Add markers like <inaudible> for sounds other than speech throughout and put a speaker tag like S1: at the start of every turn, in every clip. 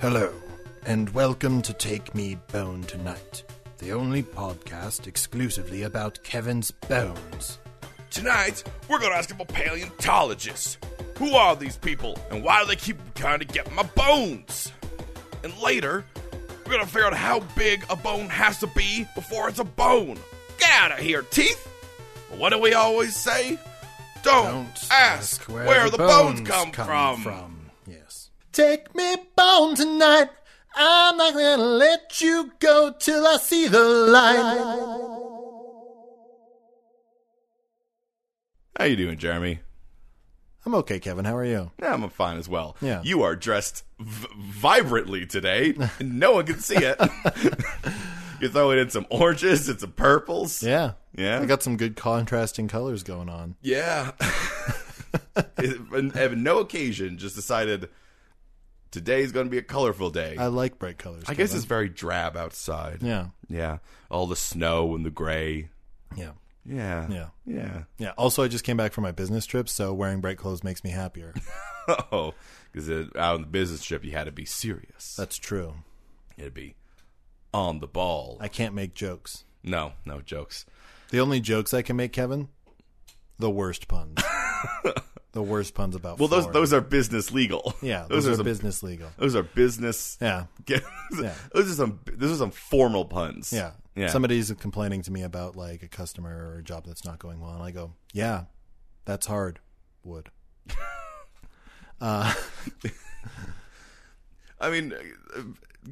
S1: Hello, and welcome to Take Me Bone Tonight, the only podcast exclusively about Kevin's bones.
S2: Tonight, we're gonna ask about paleontologists. Who are these people, and why do they keep trying to get my bones? And later, we're gonna figure out how big a bone has to be before it's a bone. Get out of here, teeth! But what do we always say? Don't, ask, where, the bones, come, from.
S1: Yes. Take me bone tonight. I'm not gonna let you go till I see the light.
S2: How you doing, Jeremy?
S1: I'm okay, Kevin. How are you?
S2: Yeah, I'm fine as well.
S1: Yeah.
S2: You are dressed v- vibrantly <laughs> today. and no one can see it. <laughs> You're throwing in some oranges and some purples.
S1: Yeah.
S2: Yeah.
S1: I got some good contrasting colors going on. <laughs>
S2: Yeah. and and no occasion just decided today's going to be a colorful day.
S1: I like bright colors.
S2: I guess it's very drab outside.
S1: Yeah.
S2: Yeah. All the snow and the gray.
S1: Yeah.
S2: Yeah.
S1: Yeah.
S2: Yeah.
S1: Yeah. Also, I just came back from my business trip, so wearing bright clothes makes me <laughs> happier.
S2: Oh, because out on the business trip, you had to be serious.
S1: That's true.
S2: It'd be on the ball.
S1: I can't make jokes.
S2: no, no jokes.
S1: The only jokes I can make, Kevin, the worst
S2: <laughs>
S1: puns. the worst puns about.
S2: Well, those
S1: Florida.
S2: those are business legal.
S1: yeah, those, are
S2: some,
S1: business legal.
S2: Those are business.
S1: Yeah,
S2: <laughs> Those are some. Those are some formal puns.
S1: yeah,
S2: Yeah.
S1: Somebody's complaining to me about like a customer or a job that's not going well, and I go, "Yeah, that's hard." Wood.
S2: I mean, uh,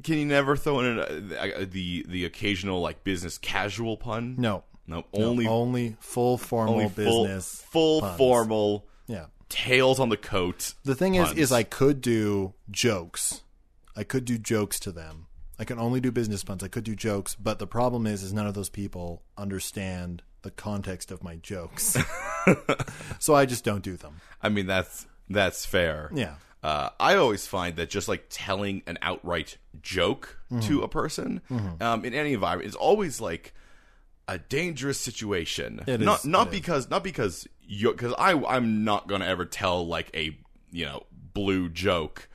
S2: can you never throw in an, uh, the the occasional like business casual pun?
S1: No,
S2: no,
S1: No,
S2: only
S1: only full formal
S2: only full
S1: business.
S2: full
S1: puns.
S2: formal
S1: Yeah.
S2: tails on the coat.
S1: The thing
S2: puns.
S1: is, is I could do jokes. I could do jokes to them. I can only do business puns. I could do jokes, but the problem is, is none of those people understand the context of my
S2: <laughs>
S1: jokes. so I just don't do them.
S2: I mean, that's that's fair.
S1: Yeah.
S2: Uh, I always find that just like telling an outright joke to
S1: Mm-hmm.
S2: a person um, in any environment is always like a dangerous situation.
S1: It
S2: not
S1: is,
S2: not
S1: it is.
S2: because not because you because I I'm not gonna ever tell like a you know blue joke,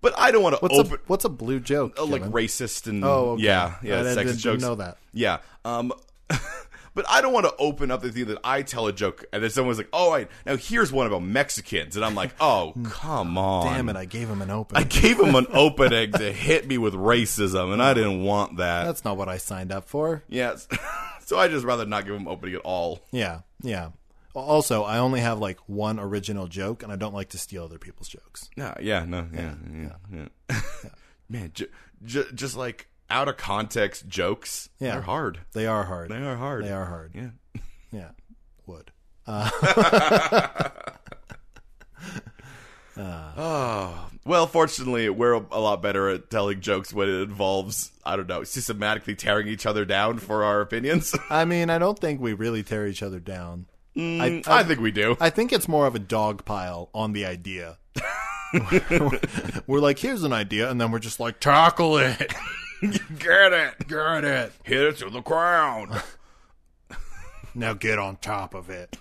S2: but I don't want to
S1: What's
S2: open
S1: a what's a blue joke?
S2: uh, like
S1: Kevin?
S2: racist and
S1: Oh, okay.
S2: yeah, yeah,
S1: I
S2: sexist
S1: didn't- didn't
S2: jokes.
S1: know that.
S2: Yeah. Um, <laughs> but I don't want to open up the thing that I tell a joke and then someone's like, "Oh, I now here's one about Mexicans," and I'm like,
S1: <laughs>
S2: "Oh, come on."
S1: Damn it! I gave him an open.
S2: I <laughs> gave him an opening to hit me with racism, and I didn't want that.
S1: <laughs> That's not what I signed up for.
S2: yes, <laughs> so I just rather not give him opening at all.
S1: Yeah, yeah. Also, I only have like one original joke, and I don't like to steal other people's jokes.
S2: No, yeah, no, yeah, yeah, yeah. <laughs> Man, ju- ju- just like out of context jokes,
S1: Yeah.
S2: they're hard.
S1: They are hard.
S2: They are hard.
S1: They are hard.
S2: Yeah.
S1: <laughs> Yeah, wood.
S2: Oh well, fortunately, we're a lot better at telling jokes when it involves I don't know systematically tearing each other down for our opinions.
S1: I mean, I don't think we really tear each other down.
S2: Mm, I, think we do.
S1: I think it's more of a dog pile on the idea. <laughs> we're, like, here's an idea, and then we're just like, tackle it,
S2: get it,
S1: <laughs> get it,
S2: hit it to the ground.
S1: now get on top of it,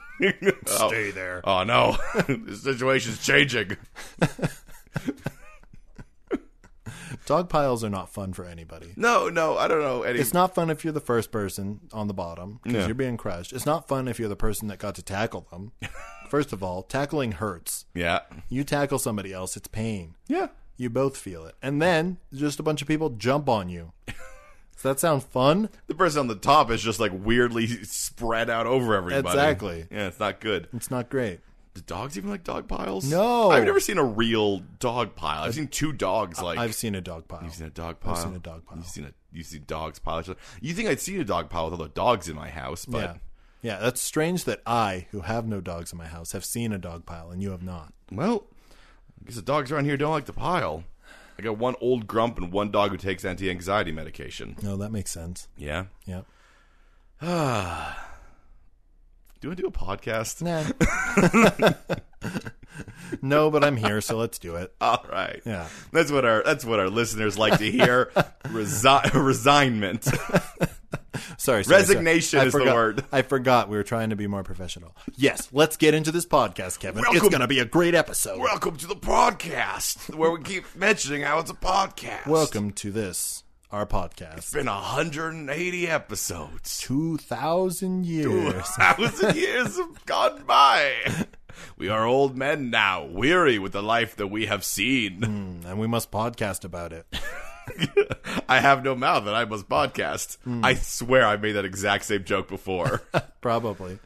S1: stay there.
S2: Oh no, <laughs> the situation's changing.
S1: Dog piles are not fun for anybody.
S2: No, no, I don't know. Any,
S1: It's not fun if you're the first person on the bottom because
S2: Yeah.
S1: you're being crushed. It's not fun if you're the person that got to tackle
S2: <laughs>
S1: them. First of all, tackling hurts.
S2: yeah,
S1: You tackle somebody else, it's pain.
S2: yeah.
S1: You both feel it. And then just a bunch of people jump on you. Does that sound fun?
S2: The person on the top is just like weirdly spread out over everybody.
S1: Exactly.
S2: Yeah, it's not good.
S1: It's not great.
S2: Do dogs even like dog piles?
S1: No.
S2: I've never seen a real dog pile. I've seen two dogs like
S1: I've seen a dog pile.
S2: You've seen a dog pile. I've
S1: seen a dog pile.
S2: You've seen a you've seen dogs pile. each other. You think I'd seen a dog pile with other dogs in my house, but
S1: yeah. Yeah, that's strange that I, who have no dogs in my house, have seen a dog pile and you have not.
S2: well, I guess the dogs around here don't like the pile. I got one old grump and one dog who takes anti-anxiety medication.
S1: No, that makes sense.
S2: Yeah.
S1: Yeah.
S2: <sighs> Do you want to do a podcast?
S1: Nah. <laughs> no, but I'm here, so let's do it.
S2: All right.
S1: Yeah.
S2: That's what
S1: <laughs>
S2: our that's what our listeners like to hear. Resi- resignment.
S1: Sorry, sorry, sorry.
S2: Resignation
S1: I
S2: is the
S1: forgot-
S2: word.
S1: I forgot we were trying to be more professional. <laughs> Yes, let's get into this podcast, Kevin. It's
S2: Welcome.
S1: going to be a great episode.
S2: Welcome to the podcast, where we keep mentioning how it's a podcast.
S1: Welcome to this our
S2: It's
S1: podcast.
S2: been 180 episodes.
S1: Two thousand years.
S2: <laughs> Thousand years have gone by. We are old men now, weary with the life that we have seen.
S1: <laughs> and we must podcast about it.
S2: <laughs> I have no mouth and I must podcast.
S1: Hmm.
S2: I swear I made that exact same
S1: <laughs>
S2: joke before.
S1: <laughs> Probably.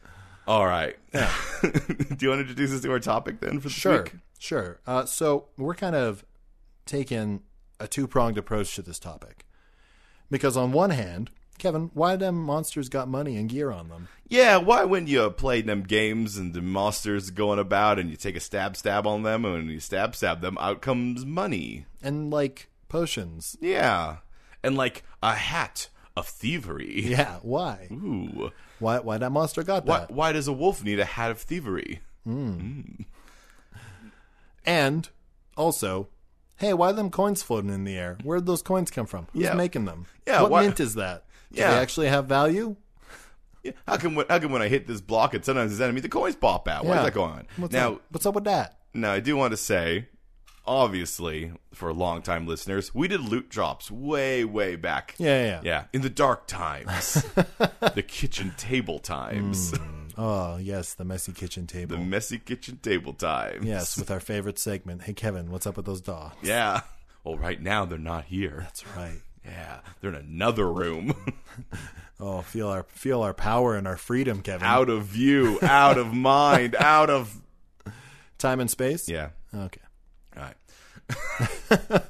S2: All right. <laughs> Do you want to introduce us to our topic then for this
S1: Sure.
S2: week?
S1: Sure. Uh, so we're kind of taking a two pronged approach to this topic. Because on one hand, Kevin, why them monsters got money and gear on them?
S2: Yeah, why when you play them games and the monsters going about and you take a stab stab on them and when you stab stab them, out comes money.
S1: And like potions. <laughs>
S2: Yeah. And like a hat of thievery.
S1: Yeah, why?
S2: Ooh.
S1: Why why that monster got
S2: Why,
S1: that?
S2: why does a wolf need a hat of thievery?
S1: And also, hey, why them coins floating in the air? Where'd those coins come from? Who's
S2: Yeah.
S1: making them?
S2: Yeah,
S1: what
S2: why-
S1: mint is that? Do
S2: Yeah.
S1: they actually have value?
S2: Yeah, How come when, how come when I hit this block and sometimes this enemy the coins pop out? Why
S1: Yeah.
S2: is that going on?
S1: What's
S2: now
S1: up? what's up with that?
S2: Now, I do want to say, obviously, for longtime listeners, we did loot drops way, way back.
S1: Yeah, yeah, yeah.
S2: Yeah, in the
S1: <laughs>
S2: dark times, the kitchen table times,
S1: Oh yes, the messy kitchen
S2: the
S1: table.
S2: messy kitchen table times.
S1: Yes, with our favorite segment. Hey Kevin, what's up with those dogs?
S2: Yeah. Well, right now they're not here.
S1: That's right.
S2: Yeah, they're in another room, <laughs>
S1: Oh, feel our feel our power and our freedom, Kevin.
S2: out of view, out of mind, out of.
S1: Time and space.
S2: Yeah.
S1: Okay.
S2: All right.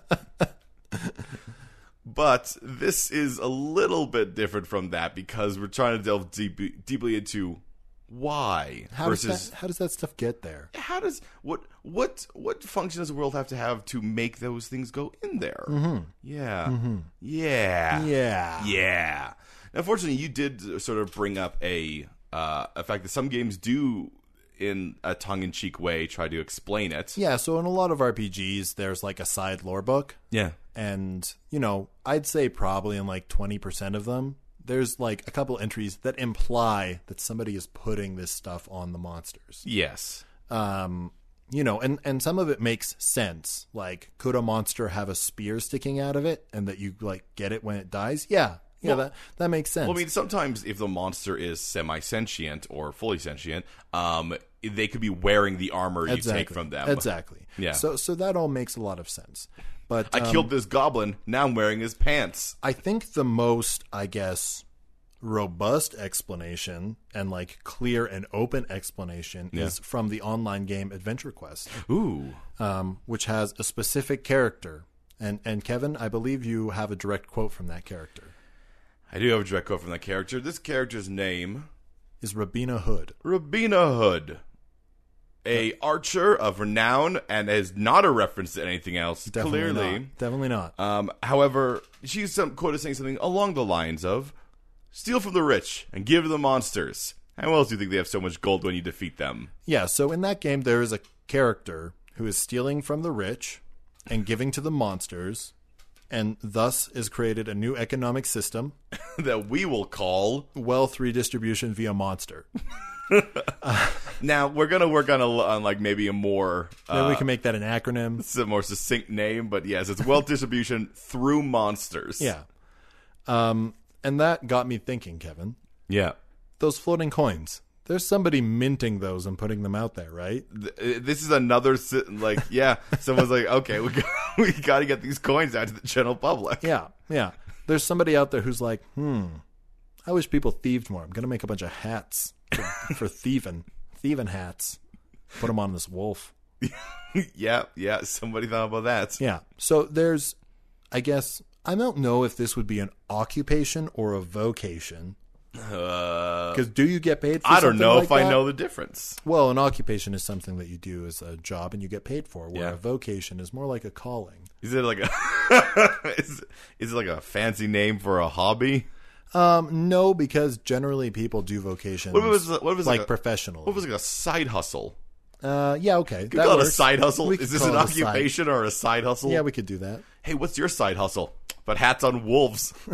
S2: <laughs> but this is a little bit different from that because we're trying to delve deep, deeply into why
S1: How does
S2: versus
S1: that, how does that stuff get there?
S2: how does what what what function does the world have to have to make those things go in there? Yeah. yeah,
S1: Mm-hmm. Yeah.
S2: yeah. Now, fortunately, you did sort of bring up a uh, a fact that some games do, in a tongue in cheek way, try to explain it.
S1: Yeah, so in a lot of RPGs there's like a side lore book
S2: yeah.
S1: and, you know, I'd say probably in like 20% of them there's like a couple entries that imply that somebody is putting this stuff on the monsters.
S2: Yes.
S1: um, you know, and and some of it makes sense. Like, could a monster have a spear sticking out of it, and that you like get it when it dies? Yeah, yeah, that that makes sense.
S2: Well, I mean, sometimes if the monster is semi-sentient or fully sentient, um, they could be wearing the armor you take from them.
S1: Exactly.
S2: Yeah.
S1: So so that all makes a lot of sense. But
S2: I
S1: um,
S2: killed this goblin. Now I'm wearing his pants.
S1: I think the most, I guess, robust explanation and like clear and open explanation is from the online game Adventure Quest.
S2: Ooh.
S1: um, which has a specific character. And and Kevin, I believe you have a direct quote from that character.
S2: I do have a direct quote from that character. This character's name,
S1: Is Rabina Hood?
S2: Rabina Hood, a archer of renown, and is not a reference to anything else.
S1: Definitely
S2: clearly,
S1: not. definitely not.
S2: Um, however, she's some quoted saying something along the lines of "Steal from the rich and give to the monsters." How else do you think they have so much gold when you defeat them? <laughs>
S1: yeah. So in that game, there is a character who is stealing from the rich and giving to the monsters, and thus is created a new economic system:
S2: that we will call.
S1: wealth redistribution via monster.
S2: Now we're gonna work on a on like maybe a more uh,
S1: Maybe we can make that an acronym.
S2: some more succinct name, but yes, it's wealth <laughs> distribution through monsters.
S1: Yeah. Um, and that got me thinking, Kevin.
S2: yeah.
S1: Those floating coins. There's somebody minting those and putting them out there, right?
S2: Th- uh, This is another si- like <laughs> yeah. Someone's like, okay, we got, <laughs> we got to get these coins out to the general public. <laughs>
S1: Yeah, yeah. There's somebody out there who's like, hmm, I wish people thieved more. I'm going to make a bunch of hats for, <laughs> for thieving, thieving hats. Put them on this wolf.
S2: yeah, yeah. Somebody thought about that.
S1: Yeah. So there's, I guess, I don't know if this would be an occupation or a vocation. Because do you get paid for
S2: Uh, I don't
S1: something
S2: know
S1: like
S2: if I
S1: that?
S2: know the difference.
S1: Well, an occupation is something that you do as a job and you get paid for, where
S2: Yeah.
S1: a vocation is more like a calling.
S2: Is it like a <laughs> is, is it like a fancy name for a hobby?
S1: Um, no, because generally people do vocations
S2: What if it was what if it was
S1: like,
S2: like, a,
S1: professionally.
S2: what if it was like a side hustle?
S1: Uh, yeah, okay.
S2: Can we call it a
S1: works.
S2: side hustle?
S1: We could
S2: Is this
S1: call
S2: an
S1: it a side-
S2: occupation or a side hustle?
S1: Yeah, we could do that. <laughs>
S2: hey, what's your side hustle? But hats on wolves. <laughs>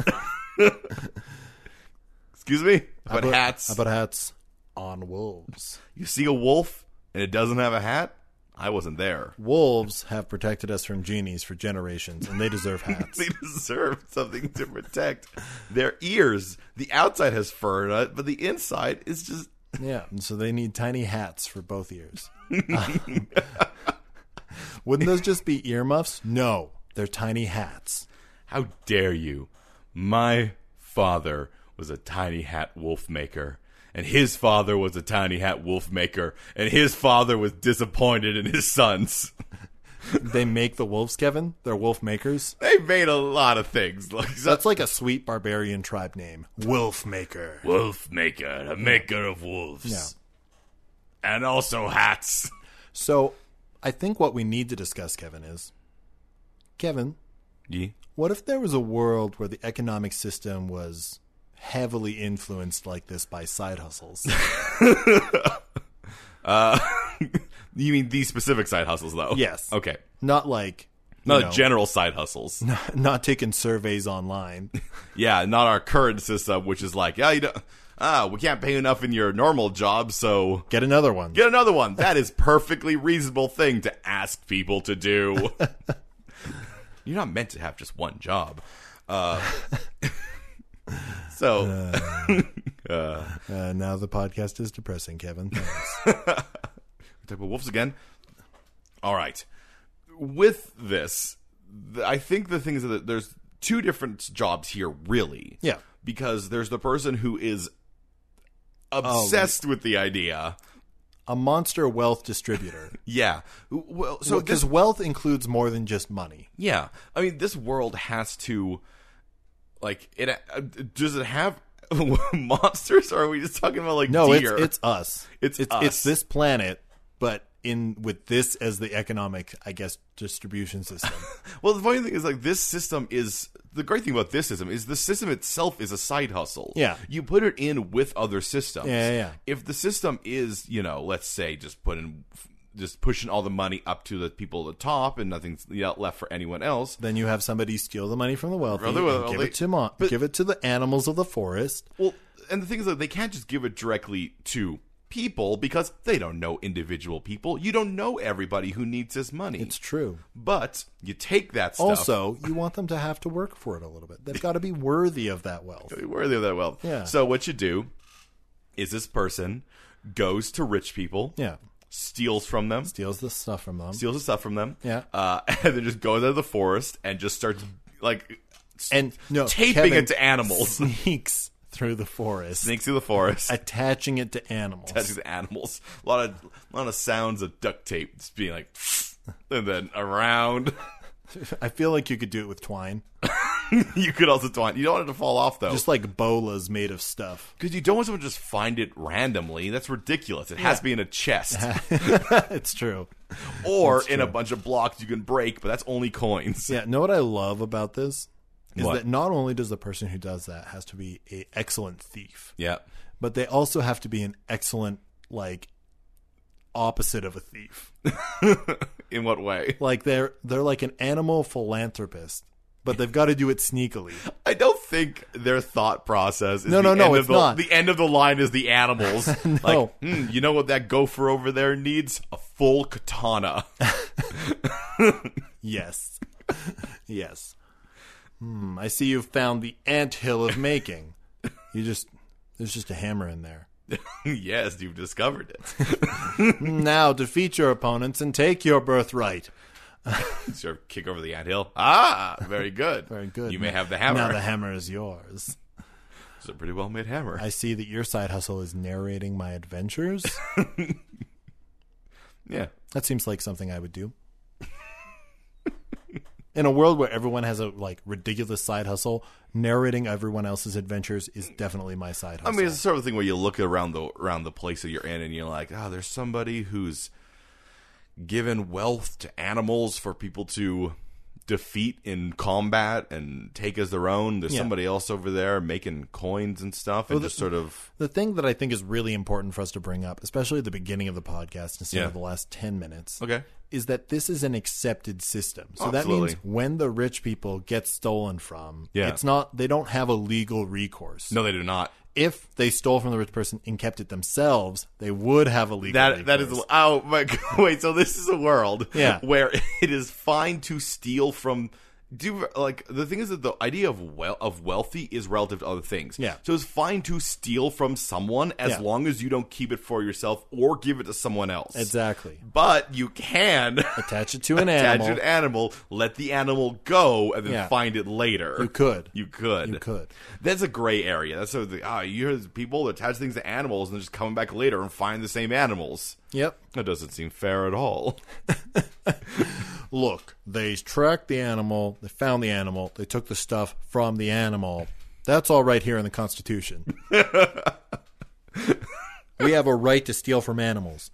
S2: Excuse me?
S1: How
S2: About hats.
S1: How about hats on wolves?
S2: you see a wolf and it doesn't have a hat? I wasn't there. <laughs>
S1: Wolves have protected us from genies for generations, and they deserve hats.
S2: <laughs> They deserve something to protect their ears. The outside has fur on it, but the inside is just
S1: yeah, and so they need tiny hats for both
S2: <laughs>
S1: ears. <laughs> Wouldn't those just be earmuffs? No, they're tiny hats.
S2: How dare you? My father was a tiny hat wolf maker, and his father was a tiny hat wolf maker, and his father was disappointed in his sons. <laughs>
S1: They make the wolves, Kevin. They're wolf makers.
S2: They made a lot of things <laughs> like so-
S1: That's like a sweet barbarian tribe name. Wolf maker.
S2: wolf maker, a maker of wolves, and also hats.
S1: So I think what we need to discuss, Kevin, is Kevin, what if there was a world where the economic system was heavily influenced like this by side
S2: <laughs>
S1: hustles?
S2: You mean these specific side hustles, though?
S1: Yes.
S2: Okay.
S1: not like <laughs> you
S2: Not
S1: know,
S2: general side hustles.
S1: not taking surveys online.
S2: Yeah, not our current system, which is like, yeah, you don't, ah, we can't pay you enough in your normal job, so
S1: Get another one.
S2: Get another one. That is perfectly reasonable thing to ask people
S1: <laughs>
S2: to do. You're not meant to have just one job. Uh, <laughs> so uh,
S1: Uh, now the podcast is depressing, Kevin. Thanks.
S2: talk about wolves again. All right. With this, th- I think the things that there's two different jobs here, really.
S1: Yeah.
S2: Because there's the person who is
S1: Oh,
S2: obsessed with the idea.
S1: a monster wealth
S2: <laughs>
S1: distributor.
S2: Yeah. Well, so
S1: So
S2: this
S1: because wealth includes more than just money.
S2: Yeah, I mean, this world has to, like, it uh, does it have <laughs> monsters? Or are we just talking about like
S1: No, it's,
S2: deer?
S1: it's us.
S2: It's
S1: it's,
S2: us.
S1: it's this planet, but in with this as the economic, I guess, distribution system.
S2: well, the funny thing is, like, this system is the great thing about this system is the system itself is a side hustle.
S1: Yeah.
S2: you put it in with other systems.
S1: Yeah, yeah, yeah.
S2: If the system is, you know, let's say just put in. Just pushing all the money up to the people at the top, and nothing's you know, left for anyone else.
S1: then you have somebody steal the money from the wealthy,
S2: From the
S1: and give
S2: wealthy.
S1: it to mon- give it to the animals of the forest.
S2: Well, and the thing is that they can't just give it directly to people because they don't know individual people. You don't know everybody who needs this money.
S1: It's true.
S2: but you take that stuff.
S1: Also, you want them to have to work for it a little bit. They've got to be worthy of that wealth.
S2: worthy of that wealth.
S1: Yeah.
S2: So what you do is this person goes to rich people,
S1: Yeah,
S2: steals from them,
S1: steals the stuff from them
S2: steals the stuff from them,
S1: Yeah.
S2: uh, <laughs> and then just goes out of the forest and just starts like s-
S1: and no
S2: taping
S1: Oh, Kevin
S2: it to animals,
S1: Sneaks through the forest,
S2: <laughs> sneaks through the forest. <laughs>
S1: attaching it to animals.
S2: attaching to animals. A lot of a lot of sounds of duct tape just being like <laughs> and then around. <laughs>
S1: I feel like you could do it with twine,
S2: you could also twine. You don't want it to fall off though.
S1: just like bolas made of stuff. <laughs>
S2: because you don't want someone to just find it randomly. That's ridiculous. It has to be in
S1: <laughs>
S2: a chest
S1: it's true.
S2: or in a bunch of blocks you can break, but that's only coins.
S1: Yeah, know what I love about this is
S2: What?
S1: that not only does the person who does that has to be a excellent thief,
S2: Yeah.
S1: but they also have to be an excellent like opposite of a thief.
S2: <laughs> in what way?
S1: Like they're they're like an animal philanthropist, but they've got to do it
S2: <laughs>
S1: sneakily.
S2: I don't think their thought process is
S1: No,
S2: the
S1: no, no,
S2: end of
S1: it's
S2: the,
S1: not.
S2: the end of the line is
S1: <laughs>
S2: the animals.
S1: No.
S2: Like, hmm, you know what that gopher over there needs? A full katana. <laughs>
S1: Yes. <laughs> yes. Hmm, I see you've found the anthill of making. You just there's just a hammer in there.
S2: yes, you've discovered it.
S1: Now defeat your opponents and take your birthright.
S2: Sort of kick over the anthill. Ah, very good.
S1: Very good.
S2: You may
S1: Now-
S2: have the hammer.
S1: Now the hammer is yours.
S2: it's a pretty well made hammer.
S1: I see that your side hustle is narrating my adventures.
S2: yeah.
S1: that seems like something I would do. In a world where everyone has a like ridiculous side hustle, narrating everyone else's adventures is definitely my side
S2: I
S1: hustle.
S2: mean, it's the sort of thing where you look around the around the place that you're in, and you're like, oh, there's somebody who's given wealth to animals for people to defeat in combat and take as their own. There's
S1: Yeah.
S2: somebody else over there making coins and stuff, and just sort of
S1: the thing that I think is really important for us to bring up, especially at the beginning of the podcast instead
S2: Yeah.
S1: of the last 10 minutes,
S2: okay.
S1: is that this is an accepted system. So
S2: Absolutely.
S1: that means when the rich people get stolen from,
S2: Yeah.
S1: it's not they don't have a legal recourse.
S2: No, they do not.
S1: if they stole from the rich person and kept it themselves, they would have a legal.
S2: That that is
S1: recourse.
S2: oh my <laughs> god. wait. So this is a world
S1: Yeah.
S2: where it is fine to steal from. Do you- like the thing is that the idea of well of wealthy is relative to other things.
S1: Yeah.
S2: So it's fine to steal from someone as
S1: Yeah.
S2: long as you don't keep it for yourself or give it to someone else.
S1: exactly
S2: But
S1: <laughs>
S2: you can
S1: attach it to an
S2: attach
S1: animal.
S2: an animal, let the animal go, and then
S1: Yeah.
S2: find it later.
S1: You could.
S2: You could.
S1: You could.
S2: That's a gray area. That's sort of the, ah, you hear people attach things to animals and then just come back later and find the same animals.
S1: Yep.
S2: That doesn't seem fair at all. <laughs>
S1: Look, they tracked the animal. They found the animal. They took the stuff from the animal. That's all right here in the Constitution. <laughs> we have a right to steal from animals.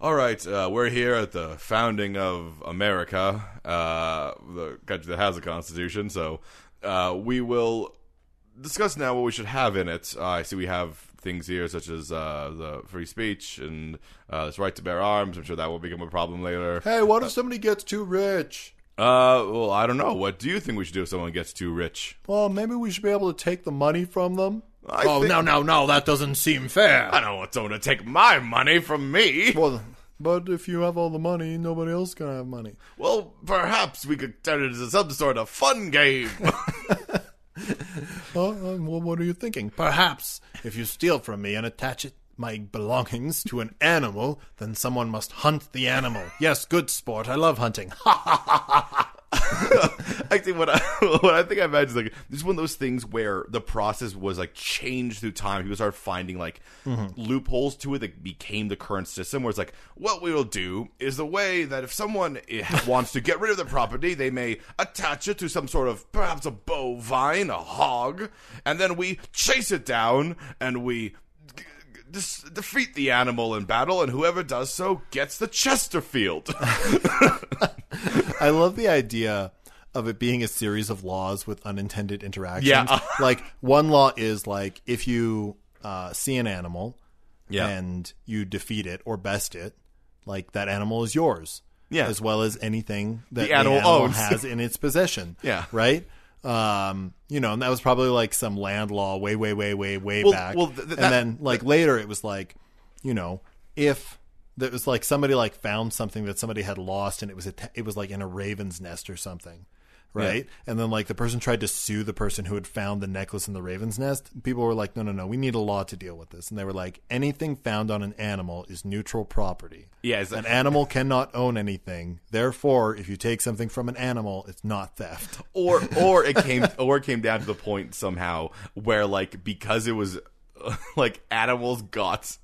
S2: All right, uh, we're here at the founding of America, uh, the country that has a constitution. So uh, we will discuss now what we should have in it. Uh, I see we have things here such as uh, the free speech and uh, this right to bear arms. I'm sure that will become a problem later.
S1: Hey, what if somebody gets too rich?
S2: Uh, well, I don't know. What do you think we should do if someone gets too rich?
S1: Well, maybe we should be able to take the money from them.
S2: I
S1: oh
S2: think-
S1: no, no, no! That doesn't seem fair.
S2: I don't want someone to take my money from me.
S1: Well, but if you have all the money, nobody else is gonna have money.
S2: Well, perhaps we could turn it into some sort of fun game.
S1: Oh, uh, well, what are you thinking? Perhaps if you steal from me and attach it my belongings to an animal, then someone must hunt the animal. Yes, good sport. I love hunting. Ha!
S2: Actually, what I, <laughs> what I think I imagine is like this is one of those things where the process was like changed through time. People started finding like loopholes to it that became the current system. Where it's like, what we will do is the way that if someone i- wants to get rid of the property, they may attach it to some sort of perhaps a bovine, a hog, and then we chase it down and we. g- g- dis- Defeat the animal in battle, and whoever does so gets the Chesterfield. <laughs>
S1: I love the idea of it being a series of laws with unintended interactions.
S2: Yeah.
S1: like one law is like if you uh, see an animal
S2: Yeah.
S1: and you defeat it or best it, like that animal is yours.
S2: Yeah.
S1: As well as anything that the
S2: animal
S1: animal,
S2: owns.
S1: has in its possession.
S2: <laughs> Yeah.
S1: Right? Um, you know, and that was probably like some land law way, way, way, way, way
S2: Well-
S1: back.
S2: well, th- th- that-
S1: and then like later it was like, you know, if that was like somebody like found something that somebody had lost and it was a it was like in a raven's nest or something. Right. And then like the person tried to sue the person who had found the necklace in the raven's nest. People were like, No, no, no, we need a law to deal with this. And they were like, anything found on an animal is neutral property.
S2: Yeah, it's-
S1: an animal cannot own anything. Therefore, if you take something from an animal, it's not theft.
S2: or or it came or it came down to the point somehow where like because it was <laughs> like animals got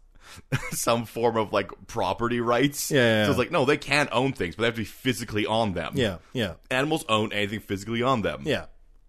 S2: <laughs> some form of like property rights.
S1: Yeah, yeah,
S2: So it's
S1: yeah.
S2: like no, they can't own things, but they have to be physically on them.
S1: Yeah. Yeah.
S2: Animals own anything physically on them.
S1: Yeah.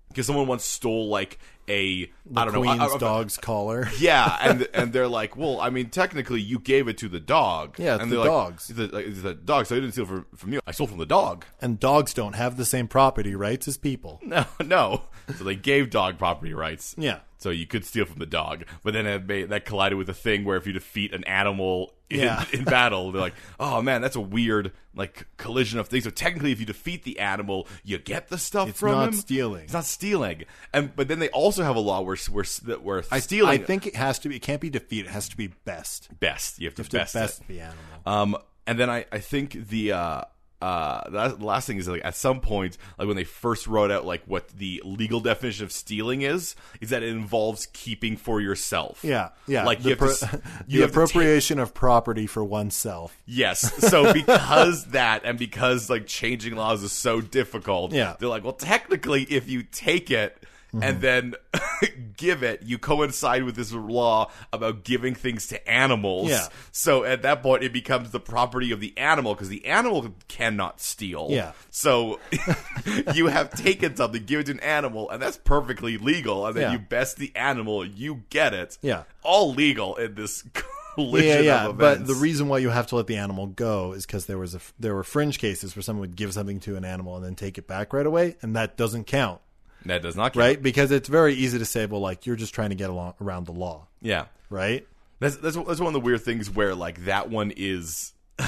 S2: Because someone once stole like a I don't
S1: Queen's
S2: know a- a-
S1: dog's collar. <laughs>
S2: yeah, and and they're like, well, I mean, technically, you gave it to the dog.
S1: Yeah, it's
S2: and
S1: the
S2: they're like,
S1: dog's.
S2: The, like, it's the dog. So I didn't steal from from you. I stole from the dog.
S1: And dogs don't have the same property rights as people.
S2: No, <laughs> no. So they gave dog property rights.
S1: Yeah.
S2: So you could steal from the dog, but then it made, that collided with a thing where if you defeat an animal in,
S1: Yeah.
S2: <laughs> in battle, they're like, "Oh man, that's a weird like collision of things." So technically, if you defeat the animal, you get the stuff
S1: It's
S2: from
S1: not
S2: him.
S1: stealing.
S2: It's not stealing. And but then they also have a law where where that where stealing
S1: I think it has to be. It can't be defeat. It has to be best.
S2: best you have to,
S1: To
S2: best,
S1: best,
S2: it.
S1: the animal.
S2: Um, and then I, I think the uh, uh, that the last thing is like at some point, like when they first wrote out like what the legal definition of stealing is, is that it involves keeping for yourself.
S1: Yeah, yeah.
S2: Like
S1: the,
S2: you have
S1: pro- <laughs>
S2: to, s-
S1: the
S2: you have to take-
S1: appropriation of property for
S2: <laughs>
S1: oneself.
S2: Yes.
S1: <laughs>
S2: So because that and because like changing laws is so difficult,
S1: Yeah. Mm-hmm.
S2: they're like, well, technically, if you take it and then <laughs> give it, you coincide with this law about giving things to animals.
S1: Yeah.
S2: So at that point, it becomes the property of the animal because the animal cannot steal.
S1: Yeah.
S2: So <laughs> you have taken something, give it to an animal, and that's perfectly legal. And then
S1: Yeah.
S2: you best the animal, you get it.
S1: Yeah.
S2: All legal in this. <laughs> Collision
S1: yeah, yeah.
S2: Of
S1: but
S2: events.
S1: the reason why you have to let the animal go is because there was a f- there were fringe cases where someone would give something to an animal and then take it back right away, and that doesn't count,
S2: that does not count.
S1: right? Because it's very easy to say, well, like you're just trying to get along around the law,
S2: Yeah.
S1: right?
S2: That's that's that's one of the weird things where like that one is <laughs>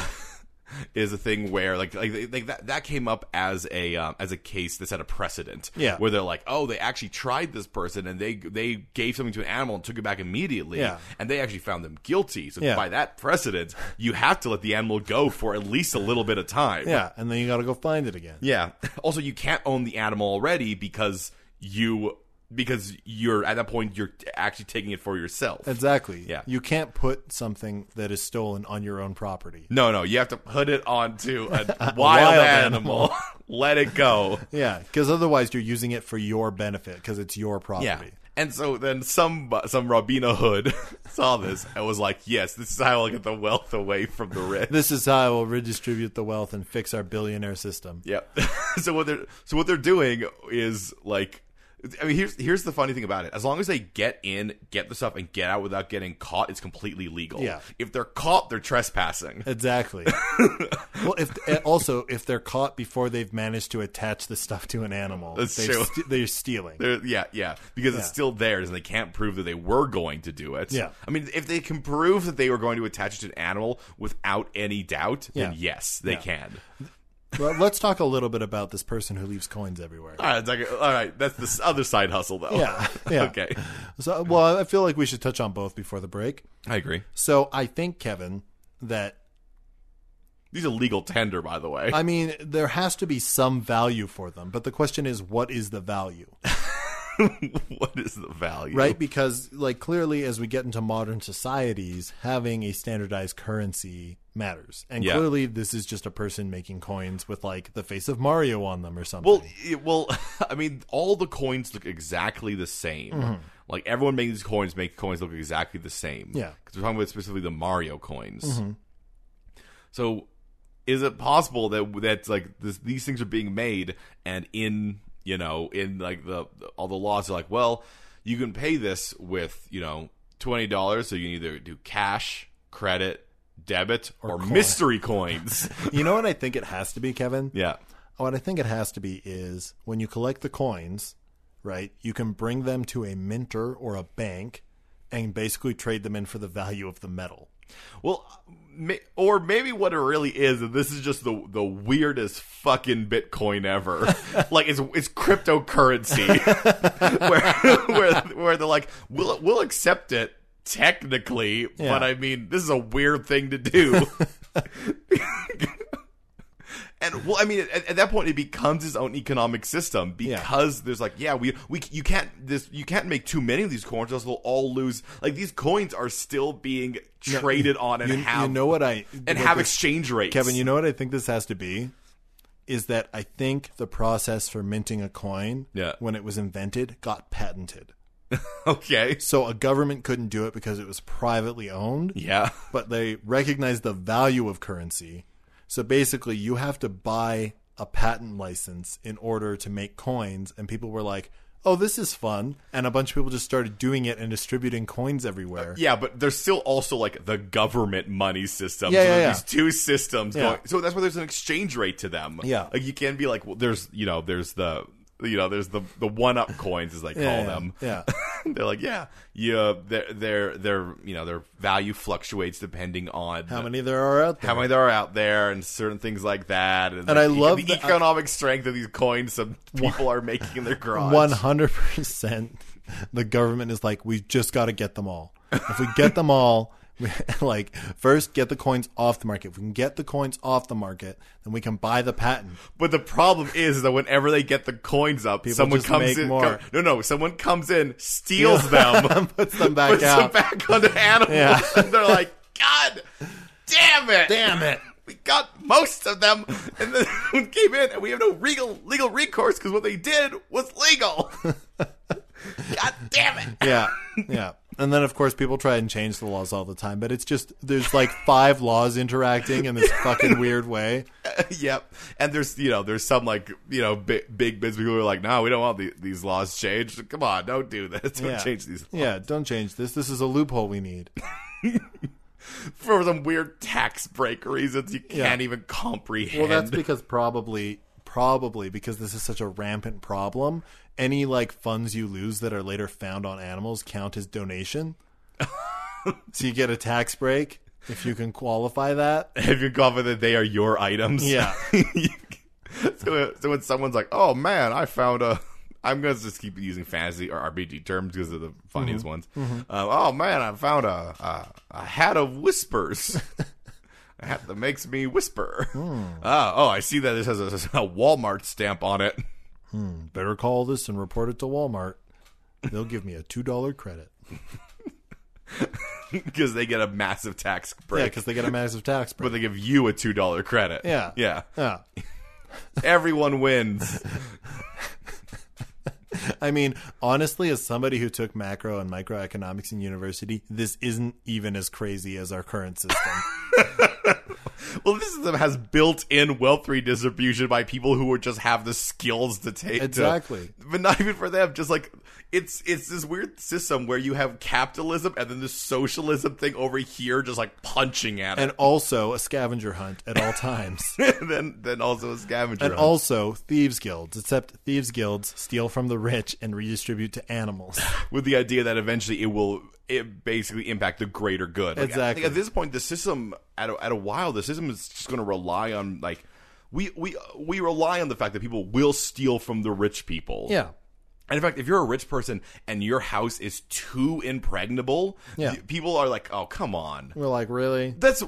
S2: is a thing where like like, like that that came up as a um, as a case that set a precedent.
S1: Yeah.
S2: where they're like, oh, they actually tried this person and they they gave something to an animal and took it back immediately.
S1: Yeah.
S2: and they actually found them guilty. So
S1: Yeah.
S2: by that precedent, you have to let the animal go for at least a little bit of time.
S1: Yeah, and then you got to go find it again.
S2: Yeah. <laughs> Also, you can't own the animal already because you because you're at that point you're actually taking it for yourself.
S1: Exactly.
S2: Yeah.
S1: You can't put something that is stolen on your own property.
S2: no, no, you have to put it onto a <laughs> wild,
S1: Wild
S2: animal. <laughs> Let it go.
S1: Yeah, because otherwise you're using it for your benefit because it's your property.
S2: Yeah. And so then some some Robina Hood <laughs> saw this and was like, "Yes, this is how I'll get the wealth away from the rich." <laughs>
S1: This is how I will redistribute the wealth and fix our billionaire system.
S2: Yep. <laughs> so what they're so what they're doing is like I mean here's here's the funny thing about it. As long as they get in, get the stuff and get out without getting caught, it's completely legal.
S1: Yeah.
S2: If they're caught, they're trespassing. <laughs>
S1: Exactly. well, if eh, also if they're caught before they've managed to attach the stuff to an animal,
S2: That's
S1: they've
S2: true.
S1: st- they're stealing.
S2: They're, yeah, yeah, because it's
S1: Yeah.
S2: still theirs, and they can't prove that they were going to do it.
S1: Yeah.
S2: I mean, if they can prove that they were going to attach it to an animal without any doubt, then
S1: Yeah.
S2: yes, they
S1: Yeah.
S2: can.
S1: well, let's talk a little bit about this person who leaves coins
S2: <laughs>
S1: everywhere.
S2: All right, it's like- all right, that's the s- other side hustle, though.
S1: Yeah, yeah.
S2: <laughs> okay,
S1: So, well, I feel like we should touch on both before the break.
S2: I agree.
S1: So, I think Kevin that
S2: These are legal tender, by the way.
S1: I mean, there has to be some value for them, but the question is, what is the value,
S2: <laughs> what is the value?
S1: right? Because, like, clearly, as we get into modern societies, having a standardized currency matters, and
S2: Yeah.
S1: clearly, this is just a person making coins with like the face of Mario on them or something.
S2: Well, it, well, <laughs> I mean, all the coins look exactly the same.
S1: Mm-hmm.
S2: Like everyone making these coins make coins look exactly the same.
S1: Yeah. Mm-hmm.
S2: because we're talking about specifically the Mario coins. So, is it possible that that like this, these things are being made and in you know in like the all the laws are like well you can pay this with you know twenty dollars so you can either do cash credit debit or,
S1: coin. <laughs>
S2: mystery coins
S1: you know what I think it has to be, Kevin.
S2: yeah
S1: What I think it has to be is when you collect the coins, right? You can bring them to a minter or a bank, and basically trade them in for the value of the metal.
S2: Well, ma- or maybe what it really is, and this is just the the weirdest fucking Bitcoin ever. like it's it's cryptocurrency, <laughs>
S1: <laughs>
S2: where where where they're like, we'll we'll accept it technically,
S1: Yeah.
S2: but I mean, this is a weird thing
S1: <laughs>
S2: to do. <laughs> And well, I mean, at, at that point, it becomes its own economic system because there's like, yeah, we we you can't this you can't make too many of these coins, or else we'll all lose. Like these coins are still being traded on and
S1: You,
S2: have
S1: you know what I
S2: and
S1: what
S2: have
S1: this-
S2: exchange rates.
S1: Kevin, you know what I think this has to be? Is that I think the process for minting a coin
S2: Yeah.
S1: when it was invented got patented.
S2: <laughs> okay,
S1: So a government couldn't do it because it was privately owned,
S2: yeah,
S1: but they recognized the value of currency. So basically, you have to buy a patent license in order to make coins. And people were like, oh, this is fun. And a bunch of people just started doing it and distributing coins everywhere.
S2: yeah, but there's still also like the government money system.
S1: Yeah,
S2: so
S1: yeah,
S2: there's
S1: yeah.
S2: These two systems.
S1: Yeah.
S2: Going, so that's why there's an exchange rate to them.
S1: Yeah.
S2: like you can be like, well, there's you know, there's the you know, there's the the one up coins as they call
S1: yeah,
S2: them. <laughs>
S1: yeah.
S2: they're like, yeah, yeah, their their their you know their value fluctuates depending on
S1: How many there are out there?
S2: how many there are out there and certain things like that. And,
S1: And
S2: the
S1: I love uh,
S2: the
S1: that-
S2: economic strength of these coins some people are making
S1: <laughs>
S2: in their garage.
S1: One hundred percent. The government is like, we just got to get them all. If we get them all, we, <laughs> like first get the coins off the market. If we can get the coins off the market, then we can buy the patent. <laughs>
S2: But the problem is that whenever they get the coins up, someone
S1: just
S2: comes
S1: make
S2: in.
S1: more.
S2: come- no, no, someone comes in, steals <laughs> them,
S1: Puts them back
S2: puts them
S1: out.
S2: back on the animal.
S1: Yeah.
S2: <laughs> and they're like, God damn it!
S1: Damn it.
S2: We got most of them, and then <laughs> someone came in, and we have no legal legal recourse because what they did was <laughs> legal. God damn it!
S1: yeah, yeah. And then of course people try and change the laws all the time, but it's just there's like five laws interacting in this
S2: <laughs>
S1: fucking weird way.
S2: <laughs> yep. And there's you know there's some like you know big, big business people who are like, no, we don't want the, these laws changed. Come on, don't do this. Don't
S1: yeah.
S2: change these
S1: Yeah, don't change this. This is a loophole we need.
S2: for some weird tax break reasons you
S1: Yeah.
S2: can't even comprehend.
S1: Well, that's because probably, probably because this is such a rampant problem. Any like funds you lose that are later found on animals count as donation. so you get a tax break. if you can qualify that.
S2: <laughs> If you're confident that they are your items,
S1: Yeah.
S2: <laughs> so, so when someone's like, "Oh man, I found a," <laughs> I'm gonna just keep using fantasy or RPG terms because they're the
S1: Mm-hmm.
S2: funniest ones. Um, oh man, I found a, a a hat of whispers.
S1: <laughs>
S2: A hat that makes me whisper.
S1: Hmm.
S2: Ah, oh, I see that this has a, <laughs> a Walmart stamp on it.
S1: <laughs>
S2: <laughs>
S1: Better call this and report it to Walmart. They'll give me a two dollar credit.
S2: because they get a massive tax
S1: Yeah,
S2: break,
S1: because they get a massive tax break.
S2: <laughs> but they give you a two dollar credit.
S1: Yeah.
S2: yeah.
S1: Yeah.
S2: Everyone wins.
S1: I mean, honestly, as somebody who took macro and microeconomics in university, this isn't even as crazy as our current system.
S2: well, this system has built-in wealth redistribution by people who would just have the skills to take. to-
S1: Exactly.
S2: but not even for them. Just like it's it's this weird system where you have capitalism and then this socialism thing over here, just like punching at
S1: and also a scavenger hunt at all times.
S2: it. <laughs> and then then also a scavenger.
S1: And
S2: hunt.
S1: also thieves guilds, except thieves guilds steal from the rich and redistribute to animals.
S2: with the idea that eventually it will it basically impact the greater good. Like, I-
S1: Exactly.
S2: like, at this point, the system at a, at a while, the system is just going to rely on like we we we rely on the fact that people will steal from the rich people.
S1: <laughs> Yeah.
S2: And in fact, if you're a rich person and your house is too impregnable,
S1: Yeah.
S2: y- people are like, "Oh, come on."
S1: We're like, really?
S2: That's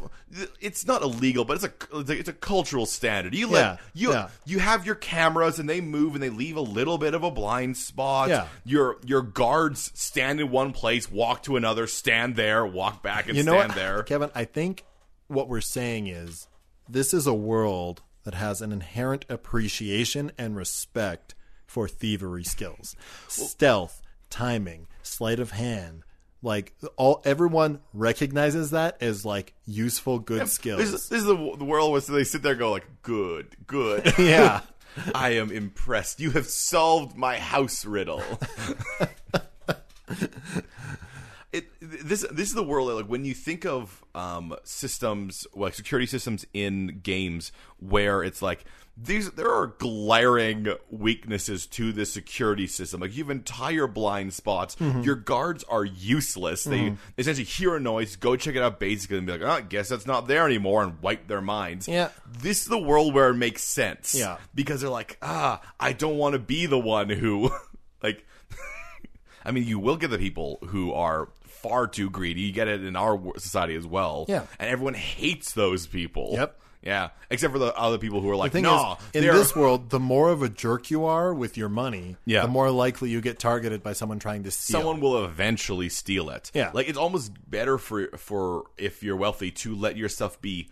S2: it's not illegal, but it's a it's a, it's a cultural standard. You
S1: Yeah,
S2: let you
S1: yeah.
S2: you have your cameras and they move and they leave a little bit of a blind spot.
S1: Yeah.
S2: Your your guards stand in one place, walk to another, stand there, walk back and
S1: You know
S2: stand
S1: what,
S2: there.
S1: Kevin, I think what we're saying is this is a world that has an inherent appreciation and respect for thievery skills. Stealth, timing, sleight of hand. Like all everyone recognizes that as like useful good
S2: This,
S1: skills.
S2: is- this is the, the world where they sit there and go like, "Good,
S1: <laughs>
S2: good.
S1: yeah.
S2: I am impressed. You have solved my house riddle." it, this this is the world that, like when you think of um, systems like security systems in games where it's like these there are glaring weaknesses to the security system like you have entire blind spots your guards are useless they essentially hear a noise go check it out basically and be like oh, I guess that's not there anymore and wipe their minds
S1: Yeah.
S2: this is the world where it makes sense
S1: Yeah.
S2: because they're like ah I don't want to be the one who <laughs> like I mean, you will get the people who are far too greedy. You get it in our wo- society as well.
S1: Yeah.
S2: And everyone hates those people.
S1: Yep.
S2: Yeah. Except for the other people who are like,
S1: thing
S2: nah,
S1: is, in
S2: they're-
S1: this world, the more of a jerk you are with your money,
S2: Yeah.
S1: the more likely you get targeted by someone trying to steal.
S2: someone will eventually steal it.
S1: Yeah.
S2: Like it's almost better for for if you're wealthy to let your stuff be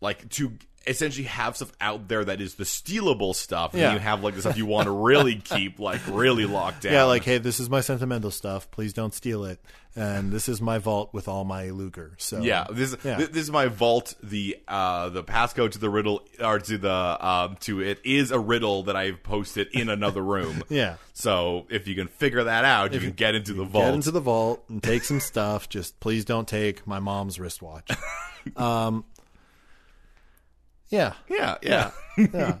S2: like to essentially have stuff out there that is the stealable stuff and
S1: Yeah.
S2: then you have like the stuff you want to
S1: <laughs>
S2: really keep like really locked down.
S1: yeah, like, hey, this is my sentimental stuff. Please don't steal it. And this is my vault with all my Luger. So
S2: Yeah, this
S1: Yeah.
S2: thi- this is my vault. The uh the passcode to the riddle or to the um to it is a riddle that I've posted in another room.
S1: <laughs> yeah.
S2: So if you can figure that out, you can get into the vault.
S1: Get into the vault and take some stuff. Just please don't take my mom's
S2: <laughs>
S1: wristwatch. um, yeah,
S2: yeah,
S1: <laughs>
S2: yeah,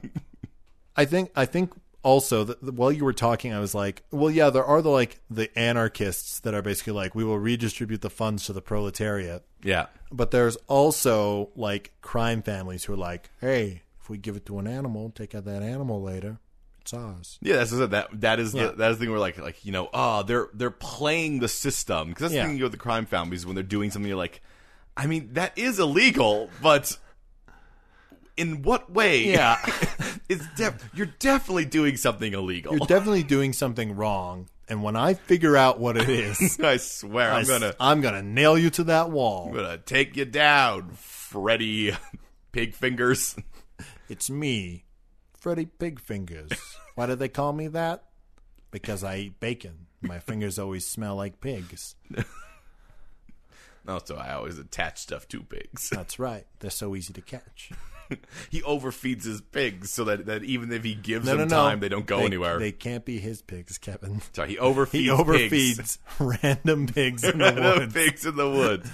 S1: I think I think also that that while you were talking, I was like, well, yeah, there are the like the anarchists that are basically like, we will redistribute the funds to the proletariat.
S2: yeah.
S1: But there's also like crime families who are like, hey, if we give it to an animal, take out that animal later. It's ours.
S2: Yeah, that's what- that. That is
S1: Yeah.
S2: the that is the thing where like like you know, ah, they're they're playing the system because that's
S1: Yeah.
S2: the thing with the crime families when they're doing something. You're like, I mean, that is illegal, but in what way?
S1: Yeah.
S2: <laughs> it's def- you're definitely doing something illegal.
S1: You're definitely doing something wrong. And when I figure out what it
S2: <laughs>
S1: is,
S2: I swear, I, am gonna
S1: I'm gonna nail you to that wall.
S2: I'm gonna take you down, Freddy <laughs> Pig Fingers. <laughs>
S1: It's me, Freddy Pigfingers.
S2: <laughs>
S1: Why do they call me that? Because I eat bacon. My fingers always smell like pigs.
S2: Also, I always attach stuff to pigs. <laughs>
S1: That's right. They're so easy to catch.
S2: He overfeeds his pigs so that, that even if he gives
S1: No, no,
S2: them
S1: no.
S2: time, they don't go
S1: They-
S2: anywhere.
S1: They can't be his pigs, Kevin. <laughs>
S2: Sorry, he overfeeds.
S1: He
S2: pigs. <laughs>
S1: overfeeds random pigs in the
S2: The
S1: woods.
S2: pigs in the woods.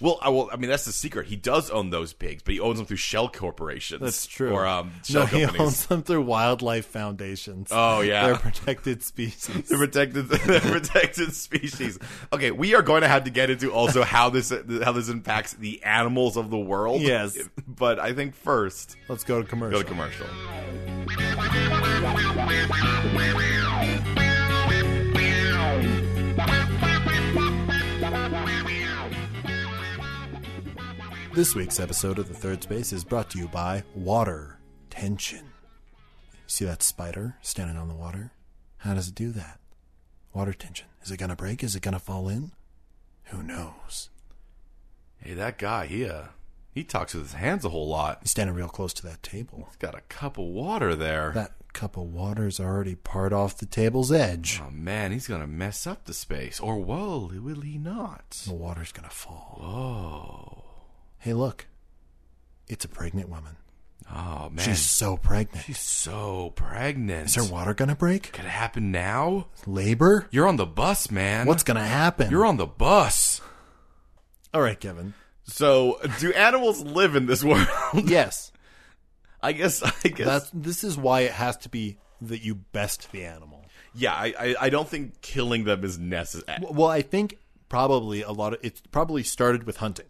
S2: Well, I will. I mean, that's the secret. He does own those pigs, but he owns them through shell corporations.
S1: That's true.
S2: Or um, shell
S1: no, he
S2: companies.
S1: owns them through wildlife foundations.
S2: Oh, yeah. <laughs>
S1: they're protected species.
S2: the protected <laughs> the protected species. Okay, we are going to have to get into also how this how this impacts the animals of the world.
S1: Yes.
S2: <laughs> but I think first
S1: Let's go to commercial.
S2: go to commercial.
S1: This week's episode of the Third Space is brought to you by water tension. See that spider standing on the water? How does it do that? Water tension. Is it gonna break? Is it gonna fall in? Who knows?
S2: Hey, that guy here, he talks with his hands a whole lot.
S1: He's standing real close to that table.
S2: He's got a cup of water there.
S1: That cup of water's already part off the table's edge.
S2: oh man, he's gonna mess up the space. Or whoa, will he not?
S1: The water's gonna fall.
S2: Oh,
S1: Hey, look. It's a pregnant woman.
S2: oh man,
S1: She's so pregnant.
S2: she's so pregnant.
S1: Is her water gonna break?
S2: Could it happen now?
S1: Labor?
S2: You're on the bus, man.
S1: What's gonna happen?
S2: You're on the bus.
S1: All right, Kevin.
S2: So, do animals live in this world? <laughs>
S1: Yes.
S2: I guess. I guess.
S1: That's this is why it has to be that you best the animal.
S2: yeah, I, I, I don't think killing them is necessary.
S1: Well, I think probably a lot of it probably started with hunting.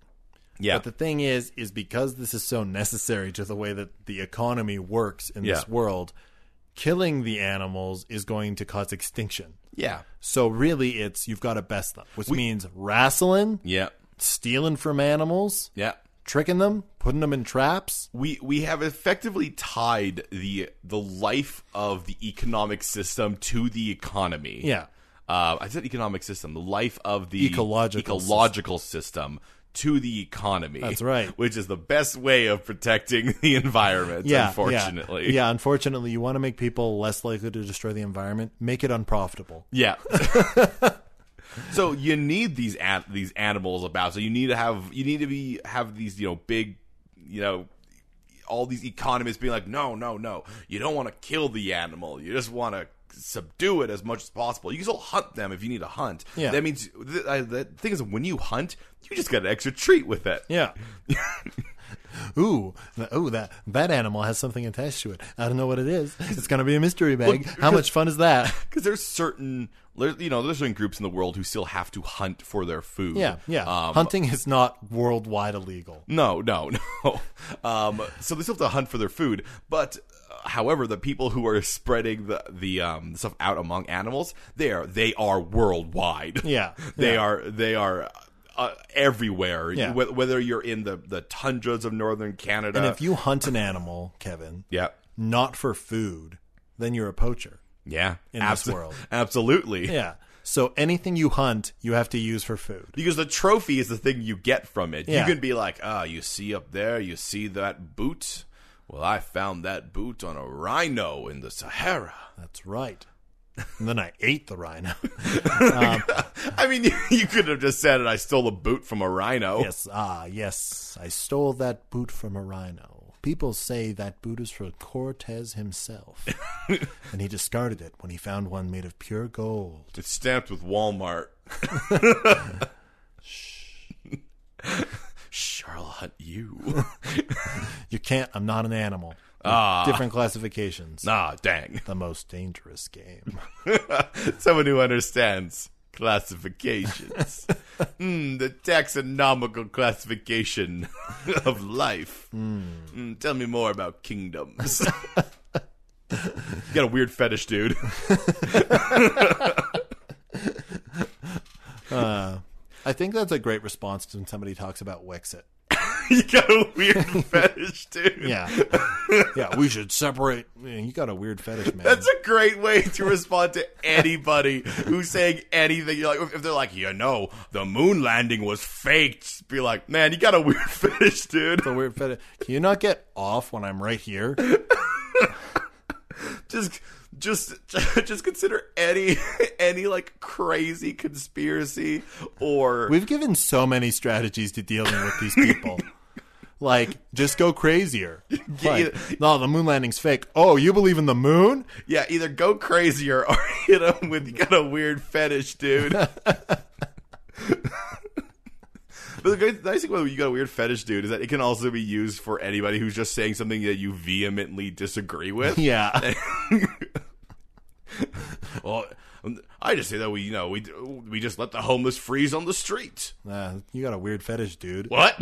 S2: Yeah,
S1: But the thing is, is because this is so necessary to the way that the economy works in
S2: Yeah.
S1: this world, killing the animals is going to cause extinction.
S2: yeah,
S1: So really, it's you've got to best them, which means wrestling,
S2: yeah,
S1: stealing from animals,
S2: yeah.
S1: tricking them, putting them in traps.
S2: We we have effectively tied the the life of the economic system to the economy.
S1: Yeah.
S2: Uh, I said economic system, the life of the
S1: Ecological
S2: ecological system. to the economy.
S1: That's right.
S2: <laughs> Which is the best way of protecting the environment,
S1: Yeah, yeah.
S2: unfortunately.
S1: yeah. Unfortunately, you want to make people less likely to destroy the environment, make it unprofitable. <laughs>
S2: Yeah. so you need these an- these animals about. So you need to have you need to be have these you know big you know all these economists being like no no no you don't want to kill the animal you just want to subdue it as much as possible you can still hunt them if you need to hunt
S1: Yeah.
S2: that means th- I, the thing is when you hunt you just get an extra treat with it
S1: Yeah. <laughs> Ooh, th- ooh, that that animal has something attached to it. I don't know what it is. It's gonna be a mystery bag. How much fun is that? <laughs>
S2: because there's certain there- you know there's certain groups in the world who still have to hunt for their food
S1: Yeah, yeah.
S2: um,
S1: Hunting is not worldwide illegal.
S2: No, no, <laughs> no. Um, so they still have to hunt for their food, but uh, however, the people who are spreading the the um, stuff out among animals, they are they are worldwide.
S1: Yeah,
S2: <laughs> they
S1: yeah.
S2: are they are uh, everywhere.
S1: Yeah.
S2: Wh- whether you're in the the tundras of northern Canada,
S1: And if you hunt an animal, Kevin,
S2: yeah,
S1: not for food, then you're a poacher.
S2: yeah,
S1: In this world.
S2: <laughs> absolutely.
S1: Yeah. So anything you hunt, you have to use for food.
S2: Because the trophy is the thing you get from it.
S1: Yeah.
S2: You can be like, ah, you see up there, you see that boot. Well, I found that boot on a rhino in the Sahara.
S1: That's right. And then I ate the rhino.
S2: I mean, <laughs> you, you could have just said it. I stole a boot from a rhino. <laughs>
S1: yes, ah, yes. I stole that boot from a rhino. People say that boot is from Cortez
S2: <laughs>
S1: himself. and he discarded it when he found one made of pure gold.
S2: It's stamped with Walmart. Shh. I'll hunt you. <laughs>
S1: You can't, I'm not an animal.
S2: Ah.
S1: Different classifications.
S2: nah, dang.
S1: The most dangerous
S2: <laughs>
S1: game.
S2: Someone who understands classifications. mm, the taxonomical classification <laughs> of life. Mm, tell me more about kingdoms. <laughs> you got a weird fetish, dude. <laughs>
S1: Uh, I think that's a great response to when somebody talks about Wexit.
S2: you got a weird fetish, dude.
S1: Yeah. <laughs> yeah, we should separate. Yeah, you got a weird fetish, man.
S2: That's a great way to respond to anybody who's saying anything. You're like, if they're like, you know, the moon landing was faked, be like, man, you got a weird <laughs> fetish, dude.
S1: a weird fetish. Can you not get off when I'm right here?
S2: Just, just, <laughs> just consider any, <laughs> any like crazy conspiracy or
S1: We've given so many strategies to dealing with these
S2: <laughs>
S1: people. like, just go crazier. Like,
S2: yeah.
S1: no, the moon landing's fake. Oh, you believe in the moon?
S2: yeah, either go crazier or <laughs> hit them with you got a weird fetish, dude. But the great, the nice thing about you got a weird fetish, dude, is that it can also be used for anybody who's just saying something that you vehemently disagree with.
S1: <laughs>
S2: <laughs>
S1: Yeah.
S2: Well, um, I just say that we, you know, we we just let the homeless freeze on the street.
S1: Nah, you got a weird fetish, dude.
S2: What? <laughs>